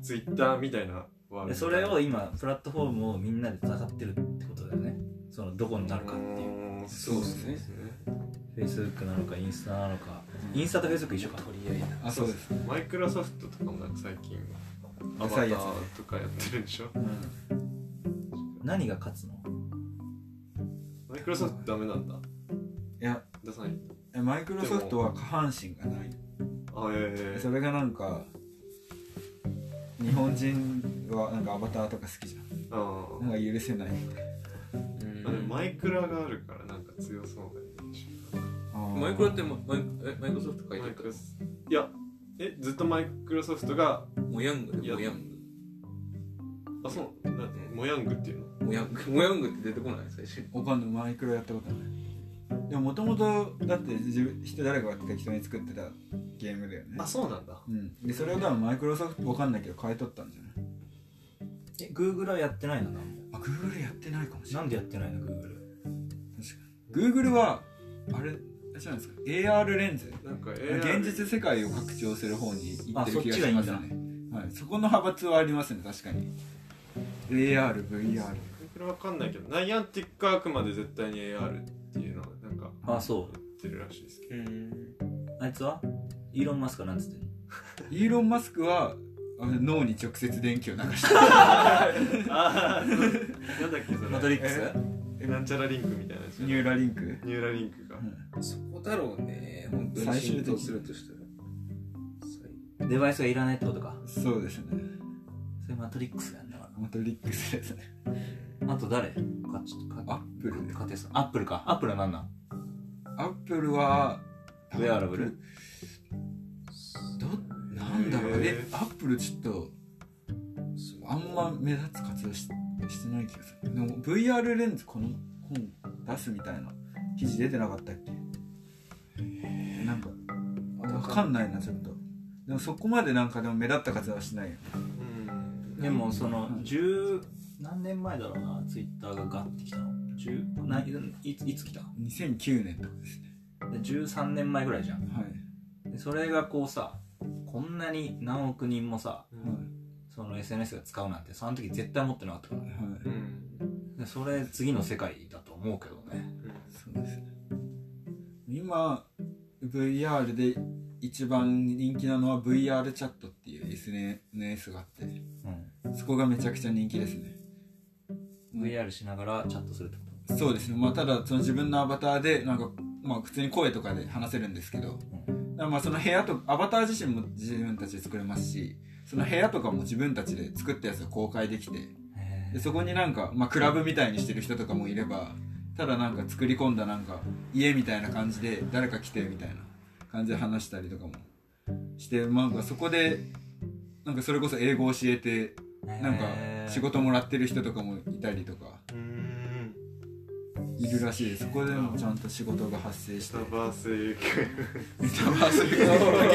ツイッターみたいなワールド
でそれを今プラットフォームをみんなで戦ってるってことだよねそのどこになるかっていう
うーん
そうですね
フェイスブックなのかインスタなのかインスタとフェイスブック一緒か
取り合いな
あそうです、
マイクロソフトとかもなんか最近アバタ
ダサいや
ー
つね
とかやってるでしょ
うん、
何が勝つの
マイクロソフトダメなんだ
いや
出さない
マイクロソフトは下半身がない
あえ
それがなんか日本人はなんかアバターとか好きじゃ
えー、あ
んなんか許せない
ーあでもマイクラがあるからなんか強そうだよね
マイクロってもマイえマイクロソフト書い
マイ
てる
ク
か
ロソいやえずっとマイクロソフトが
らモヤングで
や
モヤン
あそうなんだってモヤングっていうの
グモヤングモヤングって出てこない最初に
おかんのマイクロやったことないでももともとだって自分人誰かが適当に作ってたゲームだよね
あそうなんだ
うんでそれを多分マイクロソフトわかんないけど買い取ったんじゃない
え Google はやってないのな
あグーグルやってないかもしれ
な
ない
んでやってないの Google
グーグルはあれあれじゃないですか AR レンズ
なんか AR
現実世界を拡張する方に行ってる気がし
あ
ま
そ
す
っちが
ね
いい
はい、そこの派閥はありますね確かに ARVR
これわかんないけどナイアンティックはあくまで絶対に AR っていうのはなんか
あそ
言ってるらしいですけ
うん
うあいつはイーロン・マスクはなんつってんの
イーロン・マスクはあの脳に直接電気を流した
ど <laughs> なんだっけそれ
マトリックス
えなんちゃらリンクみたいなやつ
ニューラリンク
ニューラリンクが
そこだろうね本当に
最終
浸
的
透
に
するとしたら最
デバイスがいらないってことか
そうですね
それマトリックスやんな
マトリックスですね
あと誰かちょっと
ア
か
ップル
かてさんアップルかアップルは何なん
アップルは
ウェアラブル
どなんだろうえ
へ
アップルちょっと
そう
あんま目立つ活動ししてない気がするでも VR レンズこの本出すみたいな記事出てなかったっけなんかわかんないなちょっとでもそこまでなんかでも目立った活動はしないよ
うん
でもその
うん
十何年前だろうなツイッターがガッてきたの十ないいついつ来た
2009年とかですね
で13年前ぐらいじゃん
はい、
でそれがこうさこんなに何億人もさその SNS が使うなんてその時絶対持ってなかったからね
はいはい
うん
でそれ次の世界だと思うけどね
そうですね今 VR で一番人気なのは VR チャットっていう SNS があって
う
そこがめちゃくちゃ人気ですね
ん VR しながらチャットするってこ
そうですねまあただその自分のアバターでなんかまあ普通に声とかで話せるんですけど、だからまあその部屋とアバター自身も自分たちで作れますしその部屋とかも自分たちで作ったやつを公開できて
とへ
でそこになんか、まあ、クラブみたいにしてる人とかもいればただなんか作り込んだなんか家みたいな感じで誰か来てみたいな感じで話したりとかもして、まあ、なんかそこでなんかそれこそ英語教えてなんか仕事もらってる人とかもいたりとか
うん
いるらしいですそこでもちゃんと仕事が発生して
メタバース行く
メタバース竹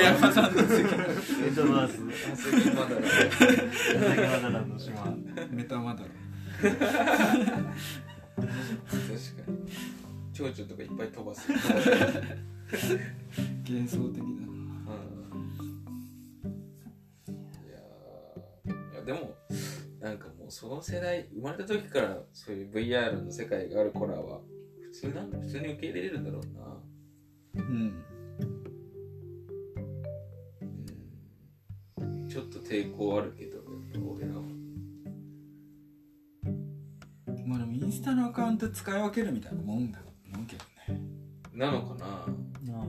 山さんの次
メタバース <laughs> 竹花壇の島
メタマだろ
確かに蝶々とかいっぱい飛ばす
幻想的だな
うんいやーいやでもなんかもうその世代生まれた時からそういう VR の世界がある子らは普通なん普通に受け入れれるんだろうな
うん
うんちょっと抵抗あるけど俺らは
まあでもインスタのアカウント使い分けるみたいなもんだもんけどね、
なのかな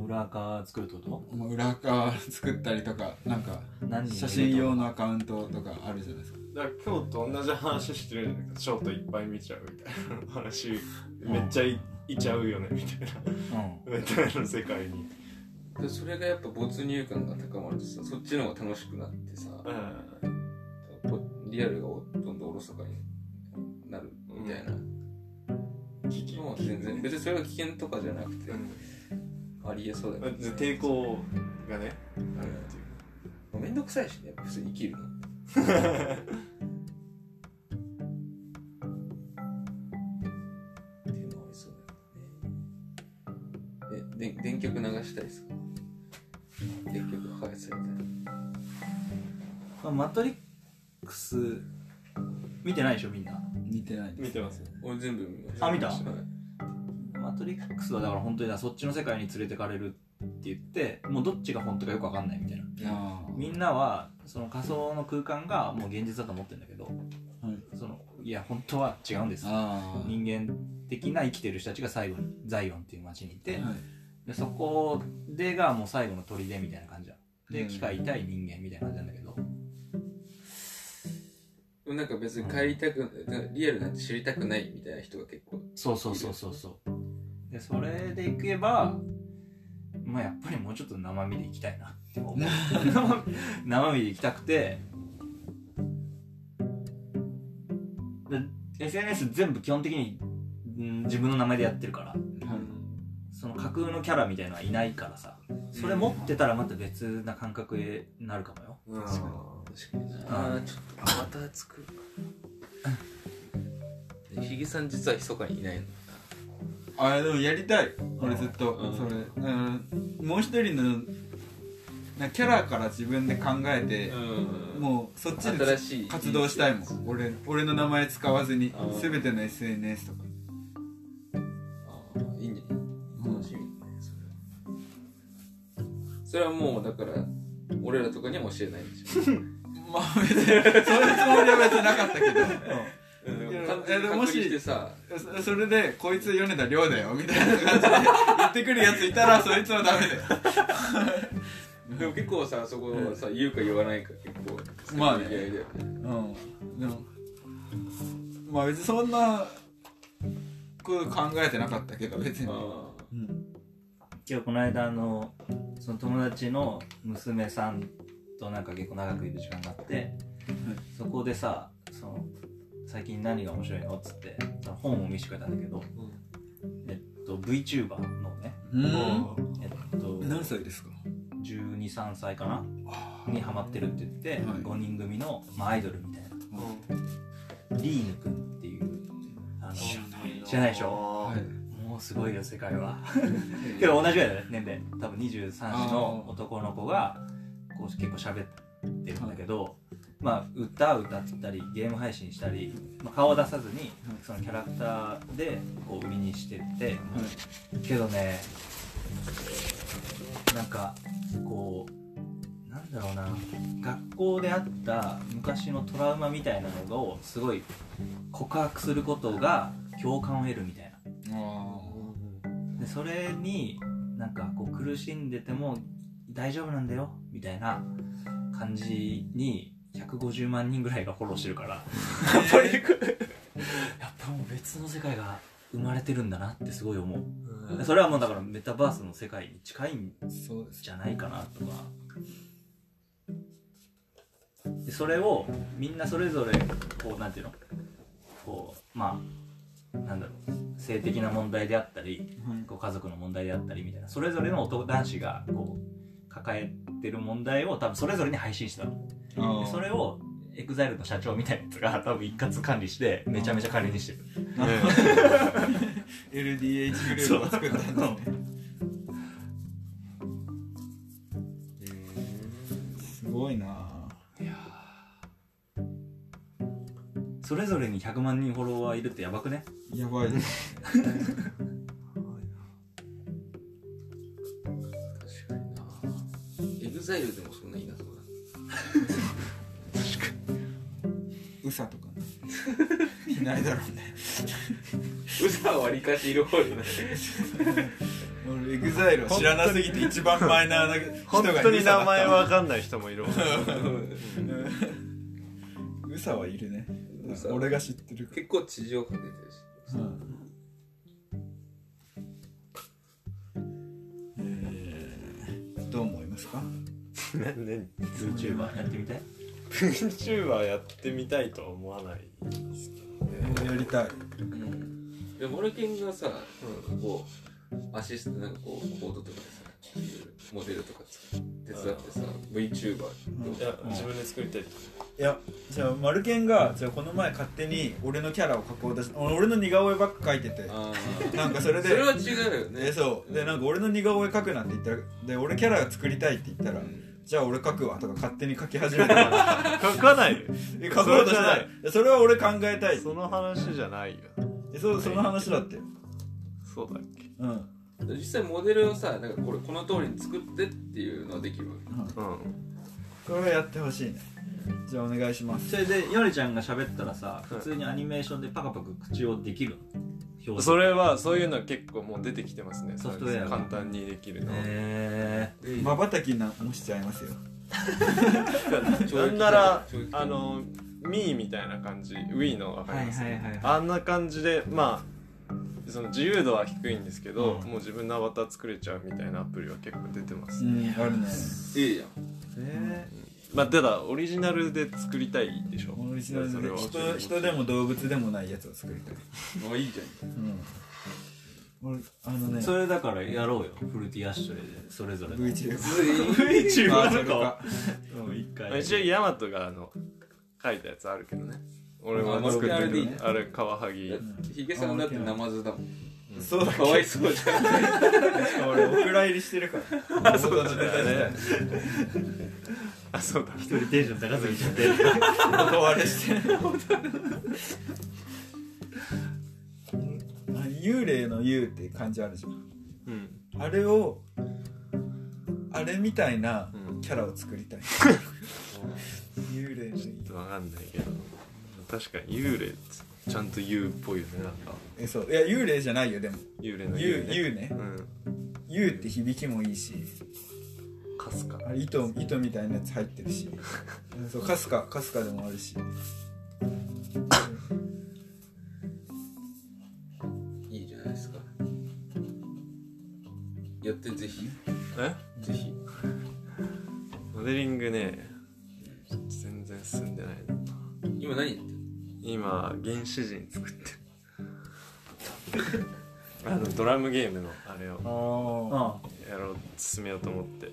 裏垢作るってこと
まあ、裏側作ったりとかなんか
何人
写真用のアカウントとかあるじゃないですか
だから今日と同じ話してるんだけどショートいっぱい見ちゃうみたいな話めっちゃい,、ちゃうよねみたいな
うん
みたいな世界に、
でそれがやっぱ没入感が高まるとさそっちの方が楽しくなってさ
うん、
ぽリアルがおどんどんおろそかになるみたいな、
危機
もう全然別にそれが危険とかじゃなくて、ありえそうだよね
抵抗がねあるっていう
めんどくさいしね普通に生きるのっていうのはありそうだよねえで電極流したりさ電極破壊されたり
まあマトリックス見てないでしょみんな
似てないです
見てますよ
俺全部見ました
あ見た
はい
マトリックスはだから本当にそっちの世界に連れてかれるって言ってもうどっちが本当かよくわかんないみたいない
やー
みんなはその仮想の空間がもう現実だと思ってるんだけど
はい
そのいや本当は違うんです
あー
人間的な生きてる人たちが最後にザイオンっていう街にいて、
はい
でそこでがもう最後の砦みたいな感じだで、
うん
機械対人間みたいな感じなんだけど
でもなんか別に帰りたくなんかリアルなんて知りたくないみたいな人が結構
そうそうそうそうそうでそれでいけばまあやっぱりもうちょっと生身でいきたいなって <laughs> 思う生生身でいきたくてで SNS 全部基本的にん自分の名前でやってるから
はい
その架空のキャラみたいのはいないからさそれ持ってたらまた別な感覚になるかもよ
うん
確か
確かになあーちょっとまた作るひげさん実は密かにいないの
あーでもやりたい俺ずっと、それ、うん、もう一人のなキャラから自分で考えて、もうそっちで
新しい
活動したいもん俺俺の名前使わずに
あー
全ての SNS とか
ああいいんじゃない楽しみだねそれはそれはもうだから俺らとかには教えないんでしょ
まあ別にそういうつもりは別になかったけど、
うん
いや
完全
い
に
や
確
も
認
し
してさ
そそれでこいつ米田亮だよみたいな感じで言ってくるやついたらそいつはダメだよ
でも結構さそこはさ言うか言わないか結構
まあね
せめぎ合いだよね
うんでもまあ別にそんなこと考えてなかったけど別に、
ああ
うん
今日この間あのその友達の娘さんとなんか結構長くいる時間があって、そこでさその最近何が面白いのっつってその本を見せてくれたんだけど、えっと VTuber のね
うん
えっと
何歳ですか
123歳かな
あ
にハマってるって言って、
はい
5人組の、まあ、アイドルみたいなリーヌくんっていうあの知らないでしょ
あ
ょ
はい
もうすごいよ世界はけど同じぐらいだね年齢多分23歳の
あー
男の子がこう結構喋ってるんだけど、まあ歌歌ったりゲーム配信したり、まあ、顔を出さずにそのキャラクターでこう売りにしてって、けどねなんかこうなんだろうな学校であった昔のトラウマみたいなのをすごい告白することが共感を得るみたいな。
あ
でそれになんかこう苦しんでても大丈夫なんだよみたいな感じに150万人ぐらいがフォローしてるからやっぱり <laughs> やっぱもう別の世界が生まれてるんだなってすごい思う、それはもうだからメタバースの世界に近いん
そうです
じゃないかなとかでそれをみんなそれぞれこうなんていうのこうまあなんだろう性的な問題であったりこう家族の問題であったりみたいなそれぞれの男男子がこう抱えてる問題を多分それぞれに配信してたのでそれをエグザイルの社長みたいなやつが多分一括管理してめちゃめちゃ管理にしてる
LDH グループを作ったんだねすごいなあ
それぞれに100万人フォロワーいるってやばくね
やば <laughs> いです
確かになエグザイルでもそんないなそうだ
うさとかねいないだろうね
うざはわりかしいる方じゃない
俺エグザイルを知らなすぎて一番マイナーな人
本
が
当に名前
は
わかんない人もいるわ
うさはいるね
うさ
俺が知ってるか
結構地上波出てるし
ら、えーどう思いますか
ねね
YouTuber やってみたい
VTuber やってみたいとは思わないですけどね
やりたい
でモルキンがさ、なんかこうアシストなんかこうコードとかでさいろいろモデルとか作って手伝ってさ VTuber
いや自分で作りたいと
いやじゃあマルケンがじゃあこの前勝手に俺のキャラを描こうとして俺の似顔絵ばっか描いてて
あ
なんかそれ
あ
で
それは違うよ
え
ね
そうでなんか俺の似顔絵描くなって言ったらで俺キャラ作りたいって言ったら、じゃあ俺描くわとか勝手に描き始めたから
書かないよ
え描こうとし
それじゃな
ない
い
そそれは俺考えたい
その話じゃないよ
えそうその話だってよ
そうだっけ
うん、
実際モデルをさなんかこれこの通りに作ってっていうのはできるわけ
うん
これはやってほしいねじゃあお願いします
それでヨネちゃんが喋ったらさ普通にアニメーションでパカパカ口をできるの表
それはそういうのは結構もう出てきてますね
ソフトウェアが
簡単にできるのは、
へ
で
まばたきなもしちゃいますよ
なんなら
衝撃
あのミーみたいな感じ Wii のわ
ー
かります、
はいはい
あんな感じでまあその自由度は低いんですけど、
うん
もう自分のアバター作れちゃうみたいなアプリは結構出てます、
うんあるね
いいやん
え
まあただオリジナルで作りたいでしょ
オリジナル
それ
で
は
人人でも動物でもないやつを作りたい
あいいじゃん
うん俺あのね
それだからやろうよフルーティーアッシュレでそれぞれの
VTuber
あそれ
か
かうん一
まあ
回
一応ヤマトがあの書いたやつあるけどね俺
あ
は
まあ
作って
あれでいい
る
ね
あれカワハギ
ヒゲさんだってナマズだもん
そうだっけ
かわいそうじゃん
俺お蔵入りしてるからそうだね
<laughs> あそうだ
一人テンション高すぎちゃって
音割れして <laughs> るあ幽霊の幽って感じあるじゃん
うん
あれをあれみたいな
うん
キャラを作りたい幽霊の幽
わかんないけど確かに幽霊ってちゃんと言うっぽいよねなんか
えそういや幽霊じゃないよでも
幽霊の
幽
幽
幽ね幽って響きもいいし
うんかすか
あれ糸糸みたいなやつ入って
<laughs>
るしうんそうかすかかすかでもあるし
いいじゃないですかやってぜひ
え
ぜひ
モデリングね全然進んでないな
今何やってる
今原始人作ってるあのドラムゲームのあれを
ああ
あ
やろう進めようと思って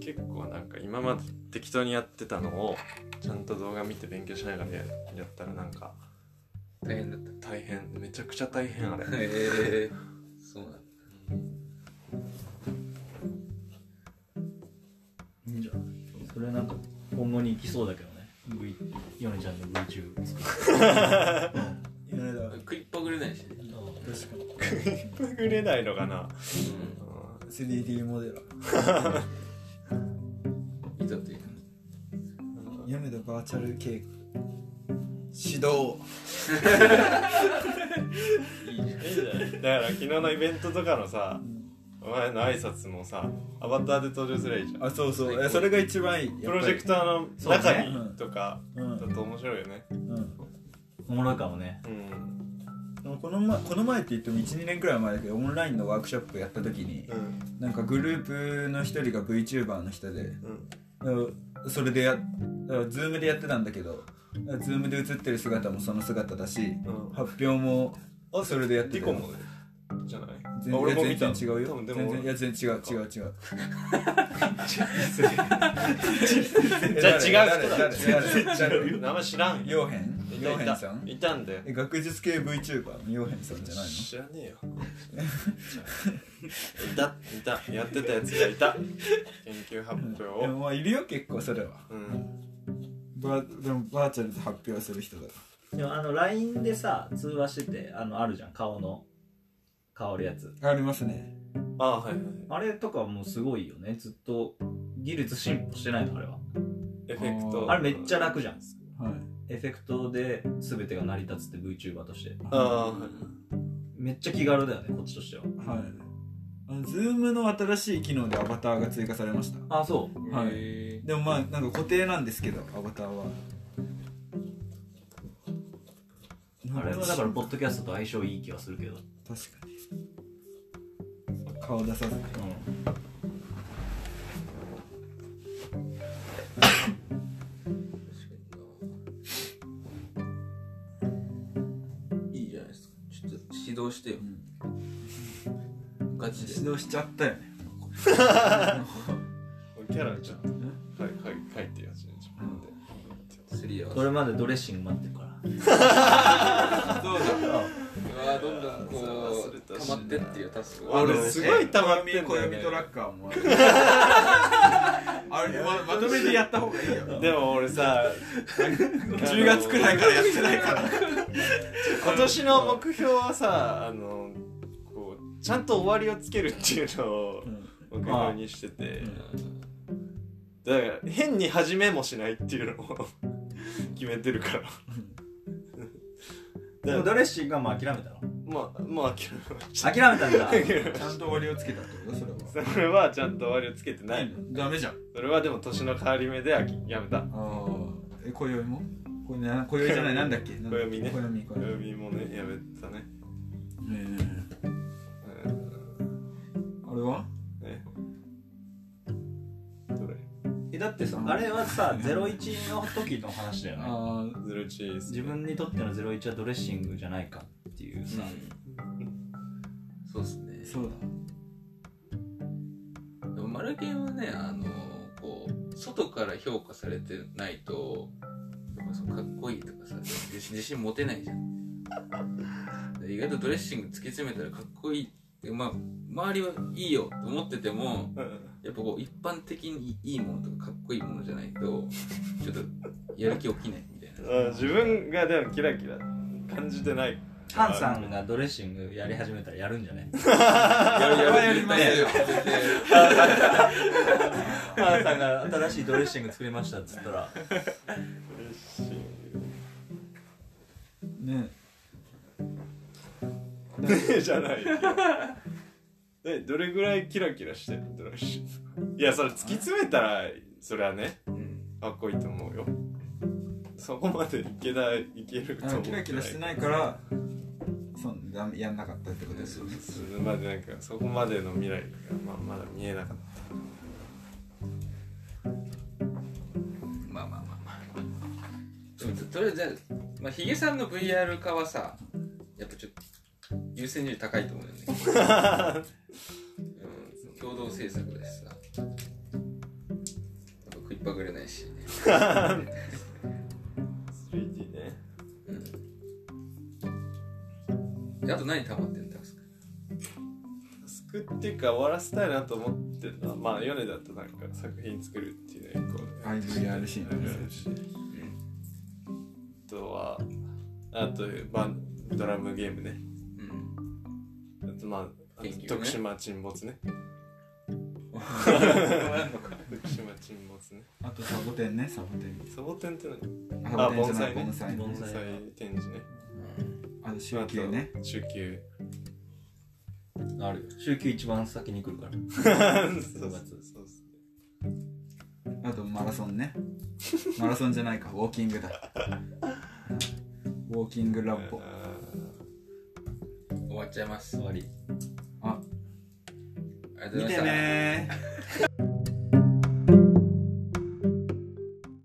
結構なんか今まで適当にやってたのをちゃんと動画見て勉強しながらややったらなんか
大変だった
大変めちゃくちゃ大変あれ
へえそうなんだ
いいんじゃないそれなんか今後に行きそうだけどね V ヨネちゃんの VTuber
幽霊だ
食いっぱぐれないしね
確かに
くぐれないのかな
3D モデラー
いざというか
米田バーチャル計画指導
いいじゃんだから昨日のイベントとかのさお前の挨拶もさアバターで登場すればいいじゃん
あそうそうえそれが一番いい
プロジェク
ト
ターの
そうね
中にとか
う
だ
ん
と面白いよね
うん
おもろいかもね
うん
でもこの前この前って言っても12年くらい前だけどオンラインのワークショップやった時に
うん
なんかグループの一人が VTuber の人で
うん
うんそれでやズームでやってたんだけどズームで映ってる姿もその姿だし
うん
発表も
あ
それでやって
リ
た
コ
よ
もねじゃない
全
あ俺も見た
全然違う
多
よ
分で
全
も
然いや全然違う違う違う <laughs>
じゃあ違う人だ
誰誰誰誰
俺名前知らんよ
ヨーヘン
い
ヨーヘ
た
ン
い
さ
た
ん
いたんだよ
え学術系 VTuber のヨーヘンさんじゃないの
知らねえよいたいたやってたやつがいた研究発表
で
を
もまあいるよ結構それは
うん
バーでもバーチャルで発表する人だ
でもあの LINE でさ通話しててあのあるじゃん顔の変わるやつ
ありますね
ああはいはい
あれとかもすごいよねずっと技術進歩してないのあれは
エフェクト
あれめっちゃ楽じゃん
はい
エフェクトで全てが成り立つって VTuber として
ああはい
めっちゃ気軽だよねこっちとしては
はいあの Zoom の新しい機能でアバターが追加されました
あそう
はい
い
でもまあなんか固定なんですけどアバターは
あれはだから
確
ポッドキャストと相性いい気はするけど
かに顔出さずに
うん
いじゃないですかちょっと指導してよ、ガチで
指導しちゃったよね
キャラちょっとはいはいはいってやつね自分で
スリーは
これまでドレッシング待ってるから
どうだうわどんどんこう溜まってっていうタスクが
俺すごい溜まってんだよ
暦
ね
トラッカーもあるあれままとめてやった方がいいよ
でも俺さ
<laughs> 10月くらいからやってない <laughs> から
今年の目標はさあのこうちゃんと終わりをつけるっていうのを目標にしてて、だから変に始めもしないっていうのを <laughs> 決めてるから
で
だか
もド
ら
レッシングはもう諦めたの
まあまあ諦めました
諦めたんだ
<laughs>
ちゃんと終わりをつけたってことそれは
それはちゃんと終わりをつけてないの
ダメじゃん
それはでも年の変わり目で諦やめた
ああえ今宵もこれな今宵じゃないなんだっけ
暦ね
暦暦
海もねやめたね、
え
うん
ーあれは
ねどれ
えだってさあれはさ01の時の話だよね
ああ
ゼロチーズ
自分にとっての01はドレッシングじゃないかっていうさ、
そうっすね
そうだ
でもマルゲンはねあのこう外から評価されてないとやっぱそのかっこいいとかさ自信自信持てないじゃんで意外とドレッシング突き詰めたらかっこいいでまあ周りはいいよと思ってても
うん
やっぱこう一般的にいいものとかかっこいいものじゃないとちょっとやる気起きないみた
<laughs>
いな
あ自分がでもキラキラ感じてない
ハンさんがドレッシングやり始めたらやるんじゃね
やるやるやり
ますよ
絶対やる
ハンさんが新しいドレッシング作りましたっつったら
嬉しい
ね
ねじゃないよえどれぐらいキラキラしてるドラッシュいやそれ突き詰めたらそれはねかっこいいと思うよそこまでいけないいけると思
あの
って
キ
な
ラ
い
キラしてないからそうダメやんなかったってことですよね
それまでなんかそこまでの未来が、まあ、まだ見えなかっ
まあまあまあまあでもとりあえずじゃあ、まあ、ヒゲさんの VR 化はさやっぱちょっと優先順位高いと思うよね、うん、共同制作だしさやっぱ食いっぱぐれないし、
た 3D ね
うん、であと何溜まってんだ
作っていうか終わらせたいなと思ってるのはまあ米田となんか作品作るっていうのは一個
はい VR シーンのね
あとはあと、まあ、ドラムゲームね
うん
あとまああと
研究ね
徳島沈没
<laughs>
ね徳島沈没ね
あとサボテンねサボテン
サボテンって何
サボテンじゃない
盆
盆栽
盆
盆栽
栽
展示ね
<laughs>
あと集計ね
あと中級
あるよ週休一番先に来るから
そうそうそう
あとマラソンねマラソンじゃないかウォーキン
<laughs>
グだウォーキングラボ
終わっちゃいます
終わり
ありがとうご
見
ざいましてた
ねー